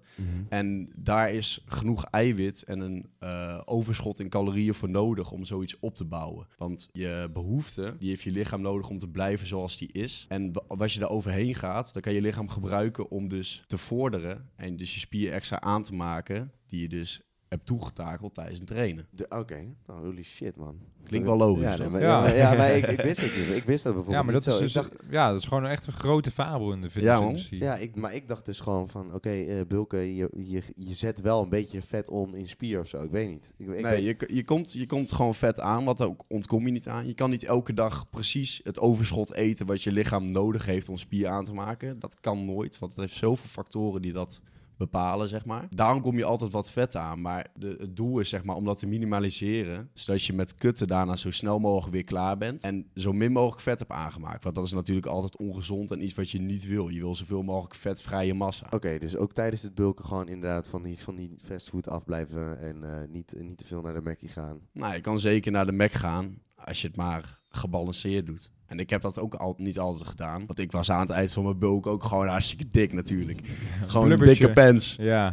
[SPEAKER 4] En daar is genoeg eiwit en een eh, overschot in calorieën voor nodig om zoiets op te bouwen. Want je behoefte, die heeft je lichaam nodig om te blijven zoals die is. En wa- als je daar overheen gaat, dan kan je lichaam gebruiken om dus te vorderen en dus je spier extra aan te maken, die je dus hebt toegetakeld tijdens het trainen.
[SPEAKER 1] De- Oké, nou, holy shit man.
[SPEAKER 4] Klinkt wel logisch,
[SPEAKER 1] Ja,
[SPEAKER 4] toch?
[SPEAKER 1] nee, maar,
[SPEAKER 3] Ja.
[SPEAKER 1] ja. maar- ja, maar ik, ik wist het niet. Ik wist dat bijvoorbeeld
[SPEAKER 3] Ja, maar dat
[SPEAKER 1] niet
[SPEAKER 3] is,
[SPEAKER 1] zo.
[SPEAKER 3] dus,
[SPEAKER 1] ik dacht,
[SPEAKER 3] ja, dat is gewoon echt een grote fabel in de fitnessindustrie.
[SPEAKER 1] ja, ik, maar ik dacht dus gewoon van, oké, eh, bulken, je, je, je zet wel een beetje vet om in spier of zo. Ik weet niet. Ik, ik
[SPEAKER 4] nee,
[SPEAKER 1] weet-
[SPEAKER 4] je, k- je, komt, je komt gewoon vet aan, wat ook ontkom je niet aan. Je kan niet elke dag precies het overschot eten wat je lichaam nodig heeft om spier aan te maken. Dat kan nooit, want het heeft zoveel factoren die dat bepalen, zeg maar. Daarom kom je altijd wat vet aan, maar de, het doel is zeg maar om dat te minimaliseren, zodat je met kutten daarna zo snel mogelijk weer klaar bent en zo min mogelijk vet hebt aangemaakt. Want dat is natuurlijk altijd ongezond en iets wat je niet wil. Je wil zoveel mogelijk vetvrije massa.
[SPEAKER 1] Oké, dus ook tijdens het bulken gewoon inderdaad van die, van die fastfood afblijven en eh, niet, niet te veel naar de Mackie gaan.
[SPEAKER 4] Nou, je kan zeker naar de Mac gaan als je het maar gebalanceerd doet. En ik heb dat ook al, niet altijd gedaan. Want ik was aan het eind van mijn bulk ook gewoon hartstikke dik natuurlijk. Gewoon
[SPEAKER 3] Blubbertje.
[SPEAKER 4] dikke pants,
[SPEAKER 3] Ja,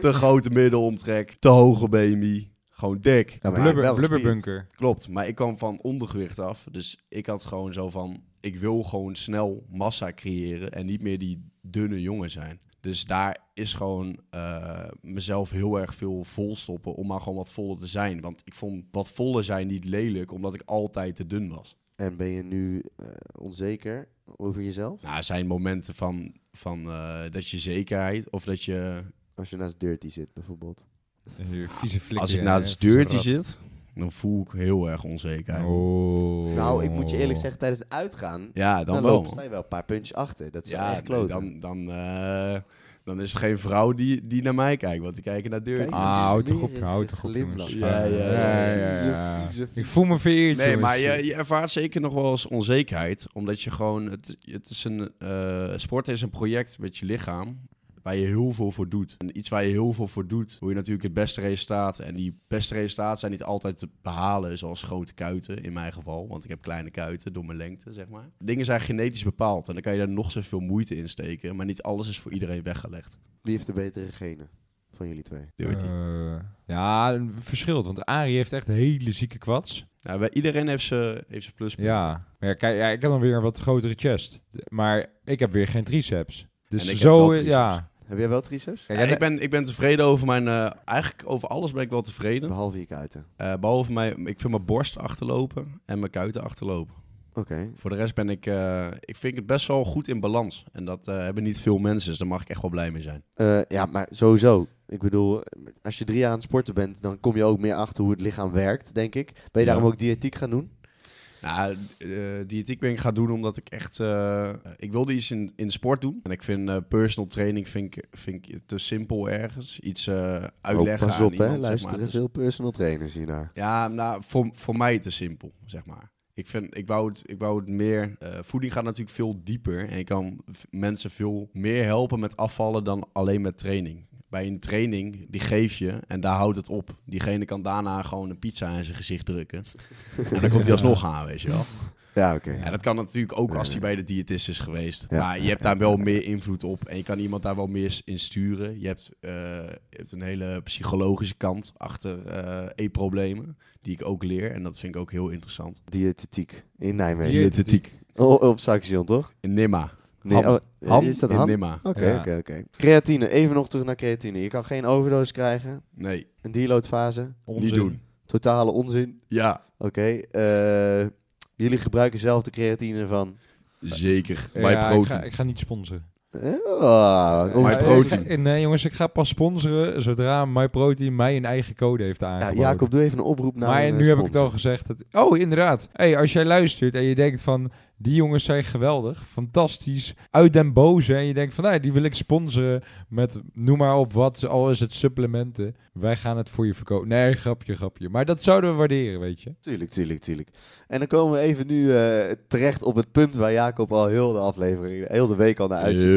[SPEAKER 4] te grote middenomtrek, te hoge BMI. Gewoon dik.
[SPEAKER 1] Ja, maar hij
[SPEAKER 3] blubber,
[SPEAKER 1] wel gespierd.
[SPEAKER 3] blubberbunker.
[SPEAKER 4] Klopt, maar ik kwam van ondergewicht af. Dus ik had gewoon zo van, ik wil gewoon snel massa creëren en niet meer die dunne jongen zijn. Dus daar is gewoon eh, mezelf heel erg veel volstoppen om maar gewoon wat voller te zijn. Want ik vond wat voller zijn niet lelijk, omdat ik altijd te dun was.
[SPEAKER 1] En ben je nu eh, onzeker over jezelf?
[SPEAKER 4] Nou, er zijn momenten van, van eh, dat je zekerheid of dat je...
[SPEAKER 1] Als je naast Dirty zit bijvoorbeeld.
[SPEAKER 3] Een Vieze flikker.
[SPEAKER 4] Als ik
[SPEAKER 3] ja,
[SPEAKER 4] naast
[SPEAKER 3] even
[SPEAKER 4] het deurtje
[SPEAKER 3] zo
[SPEAKER 4] zit, dan voel ik heel erg onzekerheid.
[SPEAKER 3] rap. Oh.
[SPEAKER 1] Nou, ik moet je eerlijk zeggen, tijdens het uitgaan,
[SPEAKER 4] Ja, dan,
[SPEAKER 1] dan,
[SPEAKER 4] wel.
[SPEAKER 1] lopen, sta je wel een paar puntjes achter. Dat is
[SPEAKER 4] Ja,
[SPEAKER 1] echt
[SPEAKER 4] nee,
[SPEAKER 1] kloten.
[SPEAKER 4] dan, dan, eh, dan is er geen vrouw die, die naar mij kijkt, want die kijken naar deur.
[SPEAKER 1] Kijk,
[SPEAKER 3] Ah,
[SPEAKER 1] die
[SPEAKER 3] houd toch op,
[SPEAKER 1] smerige
[SPEAKER 3] houd toch op.
[SPEAKER 1] glimlach.
[SPEAKER 3] jongens. Ja,
[SPEAKER 4] Ja,
[SPEAKER 3] ja,
[SPEAKER 4] ja,
[SPEAKER 1] ja,
[SPEAKER 3] ja, ja.
[SPEAKER 1] vieze, vieze, vieze.
[SPEAKER 3] Ik voel me vereerd,
[SPEAKER 4] Nee,
[SPEAKER 3] jongens.
[SPEAKER 4] maar je, je ervaart zeker nog wel eens onzekerheid, omdat je gewoon, het, het is een, eh, sport is een project met je lichaam waar je heel veel voor doet. En iets waar je heel veel voor doet, wil je natuurlijk het beste resultaat. En die beste resultaten zijn niet altijd te behalen, zoals grote kuiten in mijn geval, want ik heb kleine kuiten door mijn lengte, zeg maar. Dingen zijn genetisch bepaald en dan kan je daar nog zoveel moeite in steken, maar niet alles is voor iedereen weggelegd.
[SPEAKER 1] Wie heeft de betere genen van jullie twee?
[SPEAKER 4] Dirty.
[SPEAKER 3] Eh, ja, verschilt. Want Arie heeft echt hele zieke kwads.
[SPEAKER 4] Nou, bij iedereen heeft zijn heeft zijn pluspunten.
[SPEAKER 3] Ja. Maar ja, kijk, ja, ik heb dan weer een wat grotere chest. De- Maar ik heb weer geen triceps. Dus
[SPEAKER 4] En ik heb
[SPEAKER 3] zo,
[SPEAKER 4] wel
[SPEAKER 3] eh,
[SPEAKER 4] triceps.
[SPEAKER 3] ja.
[SPEAKER 1] Heb jij wel triceps?
[SPEAKER 3] Kijk,
[SPEAKER 4] Ja,
[SPEAKER 3] en-
[SPEAKER 4] ik, ben, ik ben tevreden over mijn... eh, eigenlijk over alles ben ik wel tevreden.
[SPEAKER 1] Behalve je kuiten.
[SPEAKER 4] Eh, behalve mijn... Ik vind mijn borst achterlopen en mijn kuiten achterlopen.
[SPEAKER 1] Oké.
[SPEAKER 4] Voor de rest ben ik... eh, ik vind het best wel goed in balans. En dat eh, hebben niet veel mensen, dus daar mag ik echt wel blij mee zijn.
[SPEAKER 1] Eh, ja, maar sowieso. Ik bedoel, als je drie jaar aan het sporten bent, dan kom je ook meer achter hoe het lichaam werkt, denk ik. Ben je
[SPEAKER 4] Ja.
[SPEAKER 1] daarom ook diëtiek gaan doen?
[SPEAKER 4] Nou, eh, diëtiek ben ik gaan doen omdat ik echt... eh, ik wilde iets in, in de sport doen. En ik vind eh, personal training vind ik, vind ik te simpel ergens. Iets eh uitleggen
[SPEAKER 1] Oh, pas
[SPEAKER 4] aan
[SPEAKER 1] op, hè.
[SPEAKER 4] iemand, zeg maar.
[SPEAKER 1] Luisteren
[SPEAKER 4] Dus-
[SPEAKER 1] veel personal trainers hiernaar.
[SPEAKER 4] Ja, nou, voor, voor mij te simpel, zeg maar. Ik, vind, ik, wou, het, ik wou het meer... eh, voeding gaat natuurlijk veel dieper. En je kan v- mensen veel meer helpen met afvallen dan alleen met training. Bij een training, die geef je en daar houdt het op. Diegene kan daarna gewoon een pizza in zijn gezicht drukken. En dan komt hij alsnog aan, weet je wel.
[SPEAKER 1] Ja, oké.
[SPEAKER 4] En dat kan natuurlijk ook als hij bij de diëtist is geweest.
[SPEAKER 1] Ja.
[SPEAKER 4] Maar je hebt daar wel meer invloed op. En je kan iemand daar wel meer in sturen. Je hebt, eh, je hebt een hele psychologische kant achter eh e-problemen. Die ik ook leer. En dat vind ik ook heel interessant.
[SPEAKER 1] Diëtetiek in Nijmegen.
[SPEAKER 3] Diëtetiek.
[SPEAKER 1] Oh, op Saxion, toch?
[SPEAKER 4] In Nimma. Ham.
[SPEAKER 1] oh,
[SPEAKER 4] Ham
[SPEAKER 1] is dat
[SPEAKER 4] in
[SPEAKER 1] ham?
[SPEAKER 4] Nimma.
[SPEAKER 1] Oké,
[SPEAKER 3] Ja.
[SPEAKER 1] oké, oké. Creatine, even nog terug naar creatine. Je kan geen overdosis krijgen.
[SPEAKER 4] Nee,
[SPEAKER 1] Een deloadfase.
[SPEAKER 3] Onzin.
[SPEAKER 4] niet doen.
[SPEAKER 1] Totale onzin.
[SPEAKER 4] Ja,
[SPEAKER 1] Oké. eh, jullie gebruiken zelf de creatine van...
[SPEAKER 4] zeker.
[SPEAKER 3] Ja,
[SPEAKER 4] Bij
[SPEAKER 3] ik, ga,
[SPEAKER 4] protein.
[SPEAKER 3] ik ga niet sponsoren.
[SPEAKER 1] Eh, ah,
[SPEAKER 3] Eh,
[SPEAKER 1] om-
[SPEAKER 4] My
[SPEAKER 3] eh,
[SPEAKER 4] Protein.
[SPEAKER 3] ik ga- eh, nee, jongens, ik ga pas sponsoren zodra MyProtein mij een eigen code heeft
[SPEAKER 1] Ja,
[SPEAKER 3] aangeboden.
[SPEAKER 1] Jacob, doe even een oproep naar
[SPEAKER 3] maar
[SPEAKER 1] een,
[SPEAKER 3] nu
[SPEAKER 1] eh,
[SPEAKER 3] heb ik het
[SPEAKER 1] sponsor.
[SPEAKER 3] al gezegd. Dat, oh, inderdaad. Hey, als jij luistert en je denkt van... Die jongens zijn geweldig, fantastisch, uit den boze. En je denkt van, nou, die wil ik sponsoren met noem maar op wat, al is het supplementen. Wij gaan het voor je verkopen. Nee, grapje, grapje. Maar dat zouden we waarderen, weet je.
[SPEAKER 1] Tuurlijk, tuurlijk, tuurlijk. En dan komen we even nu eh, terecht op het punt waar Jacob al heel de aflevering, heel de week al naar uitziet.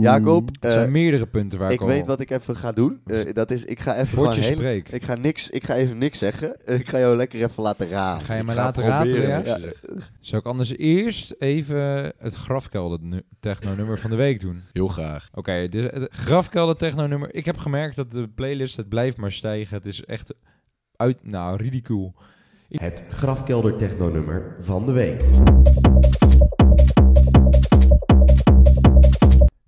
[SPEAKER 1] Jacob,
[SPEAKER 3] Het
[SPEAKER 1] eh,
[SPEAKER 3] zijn meerdere punten waar ik,
[SPEAKER 1] ik weet wat ik even ga doen. Eh, dat is, ik ga even gewoon
[SPEAKER 3] Bordje
[SPEAKER 1] heel,
[SPEAKER 3] spreek.
[SPEAKER 1] ik ga niks, ik ga even niks zeggen. Eh, ik ga jou lekker even laten raden.
[SPEAKER 3] Ga je me
[SPEAKER 4] Ik ga
[SPEAKER 3] laten
[SPEAKER 4] proberen,
[SPEAKER 3] raden, ja?
[SPEAKER 4] moet je
[SPEAKER 1] Ja.
[SPEAKER 4] zeggen.
[SPEAKER 3] Zou ik anders eerst even het grafkelder nu- techno-nummer van de week doen?
[SPEAKER 4] Heel graag.
[SPEAKER 3] Oké, dus het grafkelder techno-nummer. Ik heb gemerkt dat de playlist, het blijft maar stijgen. Het is echt uit, nou, ridicule.
[SPEAKER 1] Het grafkelder technonummer van de week.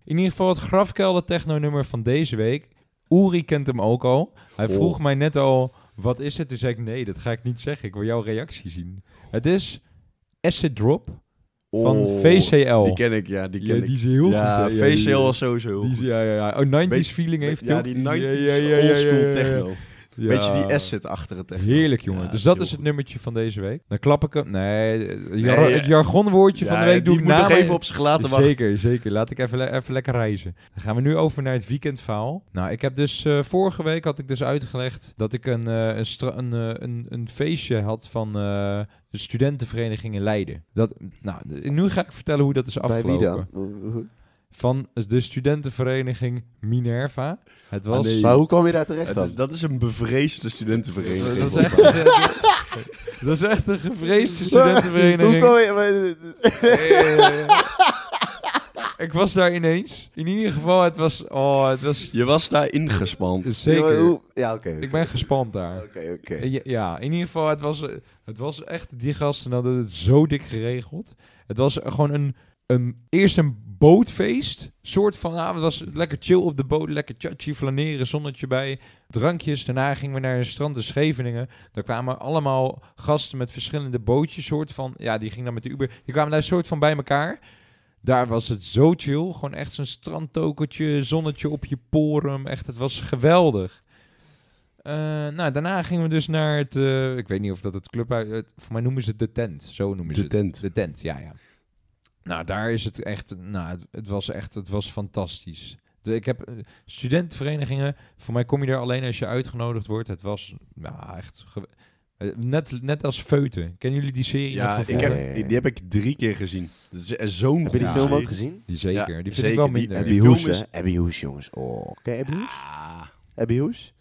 [SPEAKER 3] In ieder geval het grafkelder techno-nummer van deze week. Uri kent hem ook al. Hij
[SPEAKER 4] Oh.
[SPEAKER 3] vroeg mij net al, wat is het? Toen zei ik, nee, dat ga ik niet zeggen. Ik wil jouw reactie zien. Het is Acid Drop van
[SPEAKER 4] Oh,
[SPEAKER 3] VCL.
[SPEAKER 4] Die ken ik, ja. Die ken
[SPEAKER 3] Ja,
[SPEAKER 4] ik.
[SPEAKER 3] die is heel
[SPEAKER 4] ja,
[SPEAKER 3] goed, hè? Ja,
[SPEAKER 4] VCL
[SPEAKER 3] die-
[SPEAKER 4] was sowieso heel
[SPEAKER 3] Die is-
[SPEAKER 4] goed.
[SPEAKER 3] ja, ja, ja. Oh, 90s
[SPEAKER 4] Beetje-
[SPEAKER 3] feeling heeft hij
[SPEAKER 4] ja,
[SPEAKER 3] ook.
[SPEAKER 4] die 90s
[SPEAKER 3] Ja, ja, ja, ja, ja,
[SPEAKER 4] oldschool
[SPEAKER 3] ja.
[SPEAKER 4] techno.
[SPEAKER 3] Ja.
[SPEAKER 4] Beetje die asset-achtige techno.
[SPEAKER 3] Heerlijk, jongen.
[SPEAKER 4] Ja,
[SPEAKER 3] dus
[SPEAKER 4] is
[SPEAKER 3] dat
[SPEAKER 4] heel
[SPEAKER 3] is het
[SPEAKER 4] goed.
[SPEAKER 3] nummertje van deze week. Dan klap ik hem. Nee, het jar- het jargonwoordje van de
[SPEAKER 4] Ja,
[SPEAKER 3] week doe
[SPEAKER 4] die
[SPEAKER 3] ik
[SPEAKER 4] moet
[SPEAKER 3] na.
[SPEAKER 4] nog
[SPEAKER 3] maar-
[SPEAKER 4] even op zich laten wachten.
[SPEAKER 3] Zeker, zeker. Laat ik even, le- even lekker reizen. Dan gaan we nu over naar het weekendverhaal. Nou, ik heb dus eh, vorige week had ik dus uitgelegd dat ik een, eh, een, stra- een, eh, een, een feestje had van eh de studentenvereniging in Leiden. Dat, nou, d- nu ga ik vertellen hoe dat is
[SPEAKER 1] Bij
[SPEAKER 3] afgelopen.
[SPEAKER 1] wie dan? Eh, eh,
[SPEAKER 3] Van de studentenvereniging Minerva. Het was.
[SPEAKER 4] Ah, nee.
[SPEAKER 1] Maar hoe kwam je daar terecht
[SPEAKER 4] Het
[SPEAKER 1] dan?
[SPEAKER 4] is- dat is een bevreesde studentenvereniging.
[SPEAKER 3] Dat is echt, dat is echt een gevreesde studentenvereniging. Eh,
[SPEAKER 1] Hoe kwam je... maar-
[SPEAKER 3] ik was daar ineens. In ieder geval, het was. Oh, het was.
[SPEAKER 4] Je was daar ingespand.
[SPEAKER 3] Zeker.
[SPEAKER 1] Hoe- Ja, oké.
[SPEAKER 3] Ik ben gespant daar.
[SPEAKER 1] Oké, oké.
[SPEAKER 3] En ja- Ja, in ieder geval, het was, eh, het was echt. Die gasten hadden het zo dik geregeld. Het was gewoon een. een eerst een bootfeest. Soort van. Nou, het was lekker chill op de boot. Lekker chachi, flaneren, zonnetje bij. Drankjes. Daarna gingen we naar een strand in Scheveningen. Daar kwamen allemaal gasten met verschillende bootjes. Soort van. Ja, die gingen dan met de Uber. Die kwamen daar soort van bij elkaar. Daar was het zo chill. Gewoon echt zo'n strandtokertje, zonnetje op je porum. Echt, het was geweldig. Eh, nou, daarna gingen we dus naar het... eh, ik weet niet of dat het clubhuis... het- voor mij noemen ze het de tent. Zo noemen ze het.
[SPEAKER 4] De tent.
[SPEAKER 3] De tent, ja, ja. Nou, daar is het echt... Nou, het, het was echt... Het was fantastisch. De, ik heb eh, studentenverenigingen... Voor mij kom je daar alleen als je uitgenodigd wordt. Het was nou, echt... ge- eh, Net, net als Feuten. Kennen jullie die serie? nog
[SPEAKER 4] Ja,
[SPEAKER 3] van
[SPEAKER 4] ik
[SPEAKER 3] vroeger?
[SPEAKER 4] heb, die heb ik drie keer gezien. Dat is eh, zo'n
[SPEAKER 1] Heb je die
[SPEAKER 4] goede
[SPEAKER 1] film ook
[SPEAKER 4] serie.
[SPEAKER 1] gezien?
[SPEAKER 3] Die zeker.
[SPEAKER 4] Ja,
[SPEAKER 3] die vind ik
[SPEAKER 4] zeker.
[SPEAKER 3] wel
[SPEAKER 4] Die-
[SPEAKER 3] minder.
[SPEAKER 1] Abby
[SPEAKER 4] die
[SPEAKER 1] Hoes,
[SPEAKER 4] film is-
[SPEAKER 1] hè? Abby Hoes, jongens. Oh, ken je Abby Hoes?
[SPEAKER 4] Ah,
[SPEAKER 1] Abby Hoes?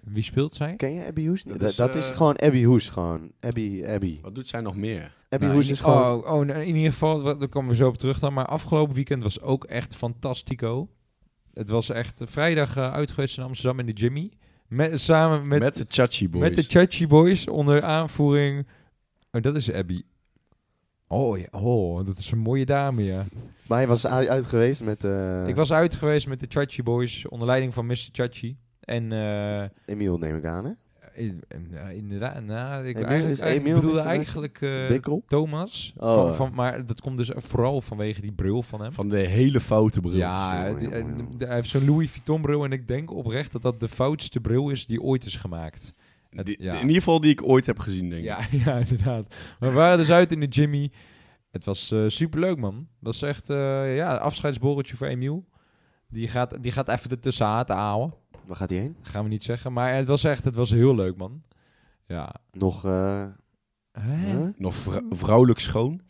[SPEAKER 3] Wie speelt zij?
[SPEAKER 1] Ken je Abby Hoes?
[SPEAKER 4] Dat
[SPEAKER 1] Dat,
[SPEAKER 4] is,
[SPEAKER 1] dat is
[SPEAKER 4] eh,
[SPEAKER 1] gewoon Abby Hoes, gewoon. Abby, Abby.
[SPEAKER 4] wat doet zij nog meer?
[SPEAKER 1] Abby
[SPEAKER 3] Nou,
[SPEAKER 1] Hoes
[SPEAKER 3] in-
[SPEAKER 1] is gewoon...
[SPEAKER 3] Oh, oh, nou, in ieder geval, wa- daar komen we zo op terug dan. Maar afgelopen weekend was ook echt fantastico. Het was echt eh, vrijdag eh, uit geweest in Amsterdam in de Jimmy. Met, samen
[SPEAKER 4] Met,
[SPEAKER 3] met,
[SPEAKER 4] de Chachi Boys.
[SPEAKER 3] met de Chachi Boys onder aanvoering... Oh, dat is Abby. Oh, ja, oh, dat is een mooie dame, ja.
[SPEAKER 1] Maar hij was a- uit geweest met eh
[SPEAKER 3] Ik was uit geweest met de Chachi Boys onder leiding van Mr. Chachi. En... eh,
[SPEAKER 1] Emiel, neem ik aan, hè?
[SPEAKER 3] in- eh, Inderdaad, nou, ik
[SPEAKER 1] Emiel-
[SPEAKER 3] eigenlijk-
[SPEAKER 1] is
[SPEAKER 3] eigenlijk- ik
[SPEAKER 1] Emiel
[SPEAKER 3] bedoelde
[SPEAKER 1] Mr. Chachi?
[SPEAKER 3] eigenlijk eh,
[SPEAKER 1] Bikkel?
[SPEAKER 3] Thomas.
[SPEAKER 1] Oh.
[SPEAKER 3] Van, van, maar dat komt dus vooral vanwege die bril van hem.
[SPEAKER 4] Van de hele foute bril.
[SPEAKER 3] Ja,
[SPEAKER 1] Jongen,
[SPEAKER 3] die-
[SPEAKER 1] jongen,
[SPEAKER 3] eh,
[SPEAKER 1] jongen.
[SPEAKER 3] de- hij heeft zo'n Louis Vuitton bril en ik denk oprecht dat dat de foutste bril is die ooit is gemaakt. Het-
[SPEAKER 4] Die-
[SPEAKER 3] ja.
[SPEAKER 4] In ieder geval die ik ooit heb gezien, denk ik.
[SPEAKER 3] Ja, ja, inderdaad. Maar we waren dus uit in de Jimmy. Het was eh superleuk, man. Het was echt eh, ja, een afscheidsborreltje voor Emiel. Die gaat, die gaat even er tussen haat houden.
[SPEAKER 1] Waar gaat hij heen?
[SPEAKER 3] Dat gaan we niet zeggen. Maar het was echt het was heel leuk, man. Ja.
[SPEAKER 1] Nog... eh,
[SPEAKER 3] Hè?
[SPEAKER 1] huh?
[SPEAKER 4] Nog vrou- vrouwelijk schoon.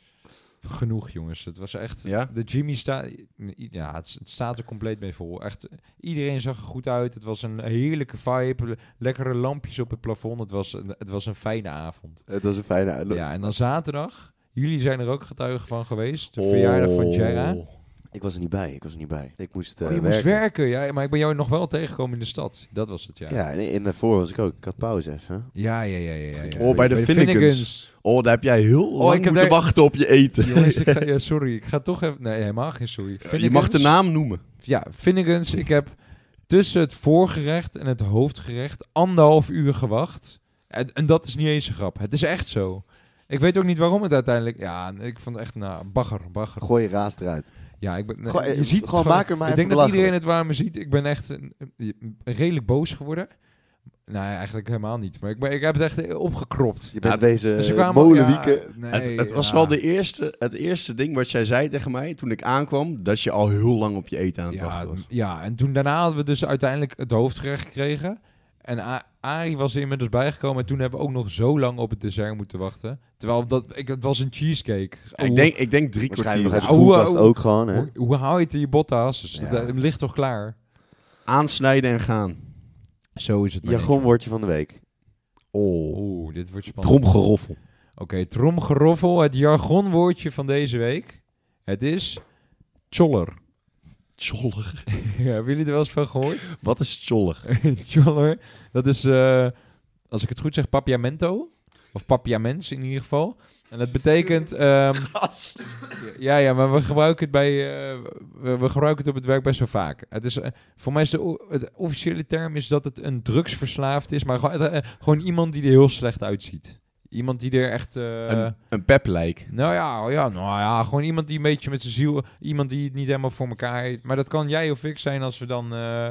[SPEAKER 3] Genoeg, jongens. Het was echt...
[SPEAKER 4] Ja.
[SPEAKER 3] De Jimmy staat... Ja, het, het staat er compleet mee vol. Echt, iedereen zag er goed uit. Het was een heerlijke vibe. Le- Lekkere lampjes op het plafond. Het was een, het was een fijne avond.
[SPEAKER 1] Het was een fijne uitloop.
[SPEAKER 3] Ja, en dan zaterdag... Jullie zijn er ook getuigen van geweest. De verjaardag van Jera.
[SPEAKER 4] Oh.
[SPEAKER 1] Ik was er niet bij, ik was er niet bij. Ik moest eh,
[SPEAKER 3] Oh, je moest werken. Ja, maar ik ben jou nog wel tegengekomen in de stad. Dat was het, ja.
[SPEAKER 1] Ja, en, en daarvoor was ik ook. Ik had pauze even. hè?
[SPEAKER 3] ja, ja, ja. ja, ja, ja.
[SPEAKER 4] Oh, bij de Finnegans. Oh, daar heb jij heel lang
[SPEAKER 3] ik heb
[SPEAKER 4] moeten
[SPEAKER 3] daar-
[SPEAKER 4] wachten op je eten.
[SPEAKER 3] Jongens, ik ga, ja, sorry. Ik ga toch even... Nee, helemaal geen sorry.
[SPEAKER 4] je mag de
[SPEAKER 3] Finnegans.
[SPEAKER 4] naam noemen.
[SPEAKER 3] Ja, Finnegans. Ik heb tussen het voorgerecht en het hoofdgerecht anderhalf uur gewacht. En, en dat is niet eens een grap. Het is echt zo. Ik weet ook niet waarom het uiteindelijk... Ja, ik vond het echt... Nou, bagger, bagger.
[SPEAKER 1] Gooi je raas eruit.
[SPEAKER 3] Ja, ik ben...
[SPEAKER 1] Goh, eh,
[SPEAKER 3] je ziet het
[SPEAKER 1] gewoon maak er maar
[SPEAKER 3] Ik
[SPEAKER 1] even
[SPEAKER 3] denk dat
[SPEAKER 1] belachelijk.
[SPEAKER 3] iedereen het waar me ziet. Ik ben echt eh, eh, redelijk boos geworden. Nee, eigenlijk helemaal niet. Maar ik, ben- ik heb het echt opgekropt.
[SPEAKER 1] Je
[SPEAKER 4] Ja,
[SPEAKER 1] bent deze
[SPEAKER 3] Dus
[SPEAKER 1] dus
[SPEAKER 3] ze kwamen-
[SPEAKER 1] molenwieken...
[SPEAKER 3] ja, nee,
[SPEAKER 4] het, het was
[SPEAKER 3] ja.
[SPEAKER 4] wel de eerste, het eerste ding wat jij zei tegen mij toen ik aankwam, dat je al heel lang op je eten aan het
[SPEAKER 3] Ja,
[SPEAKER 4] wachten was.
[SPEAKER 3] ja, en toen daarna hadden we dus uiteindelijk het hoofdgerecht gekregen. En A- Arie was er inmiddels bijgekomen. En toen hebben we ook nog zo lang op het dessert moeten wachten. Terwijl dat, ik, het was een cheesecake.
[SPEAKER 4] Ik denk, ik denk drie
[SPEAKER 1] Waarschijnlijk nog
[SPEAKER 4] kwartier.
[SPEAKER 1] even
[SPEAKER 3] Oeh,
[SPEAKER 1] koelkast
[SPEAKER 3] oeh.
[SPEAKER 1] ook gewoon, hè?
[SPEAKER 3] Hoe, hoe hou je het in je botta's? Dus dat,
[SPEAKER 1] Ja.
[SPEAKER 3] eh, ligt toch klaar?
[SPEAKER 4] Aansnijden en gaan.
[SPEAKER 3] Zo is het. maar niet.
[SPEAKER 1] Jargonwoordje van de week.
[SPEAKER 4] Oh,
[SPEAKER 3] Oeh, dit wordt spannend.
[SPEAKER 4] tromgeroffel.
[SPEAKER 3] Oké, tromgeroffel. Het jargonwoordje van deze week. Het is choller.
[SPEAKER 4] Tjoller.
[SPEAKER 3] Ja, hebben jullie er wel eens van gehoord?
[SPEAKER 4] Wat is tjoller?
[SPEAKER 3] choller. Dat is, eh, als ik het goed zeg, papiamento. Of papiaments in ieder geval. En dat betekent... ehm, ja, ja, maar we gebruiken het bij... eh, we, we gebruiken het op het werk best wel vaak. Het is, eh, voor mij is de o- het officiële term is dat het een drugsverslaafd is. Maar gewoon, eh, gewoon iemand die er heel slecht uitziet. Iemand die er echt... eh,
[SPEAKER 4] Een, een peplijk.
[SPEAKER 3] Nou ja, oh ja, nou ja, gewoon iemand die een beetje met zijn ziel... Iemand die het niet helemaal voor elkaar heeft. Maar dat kan jij of ik zijn als we dan... eh,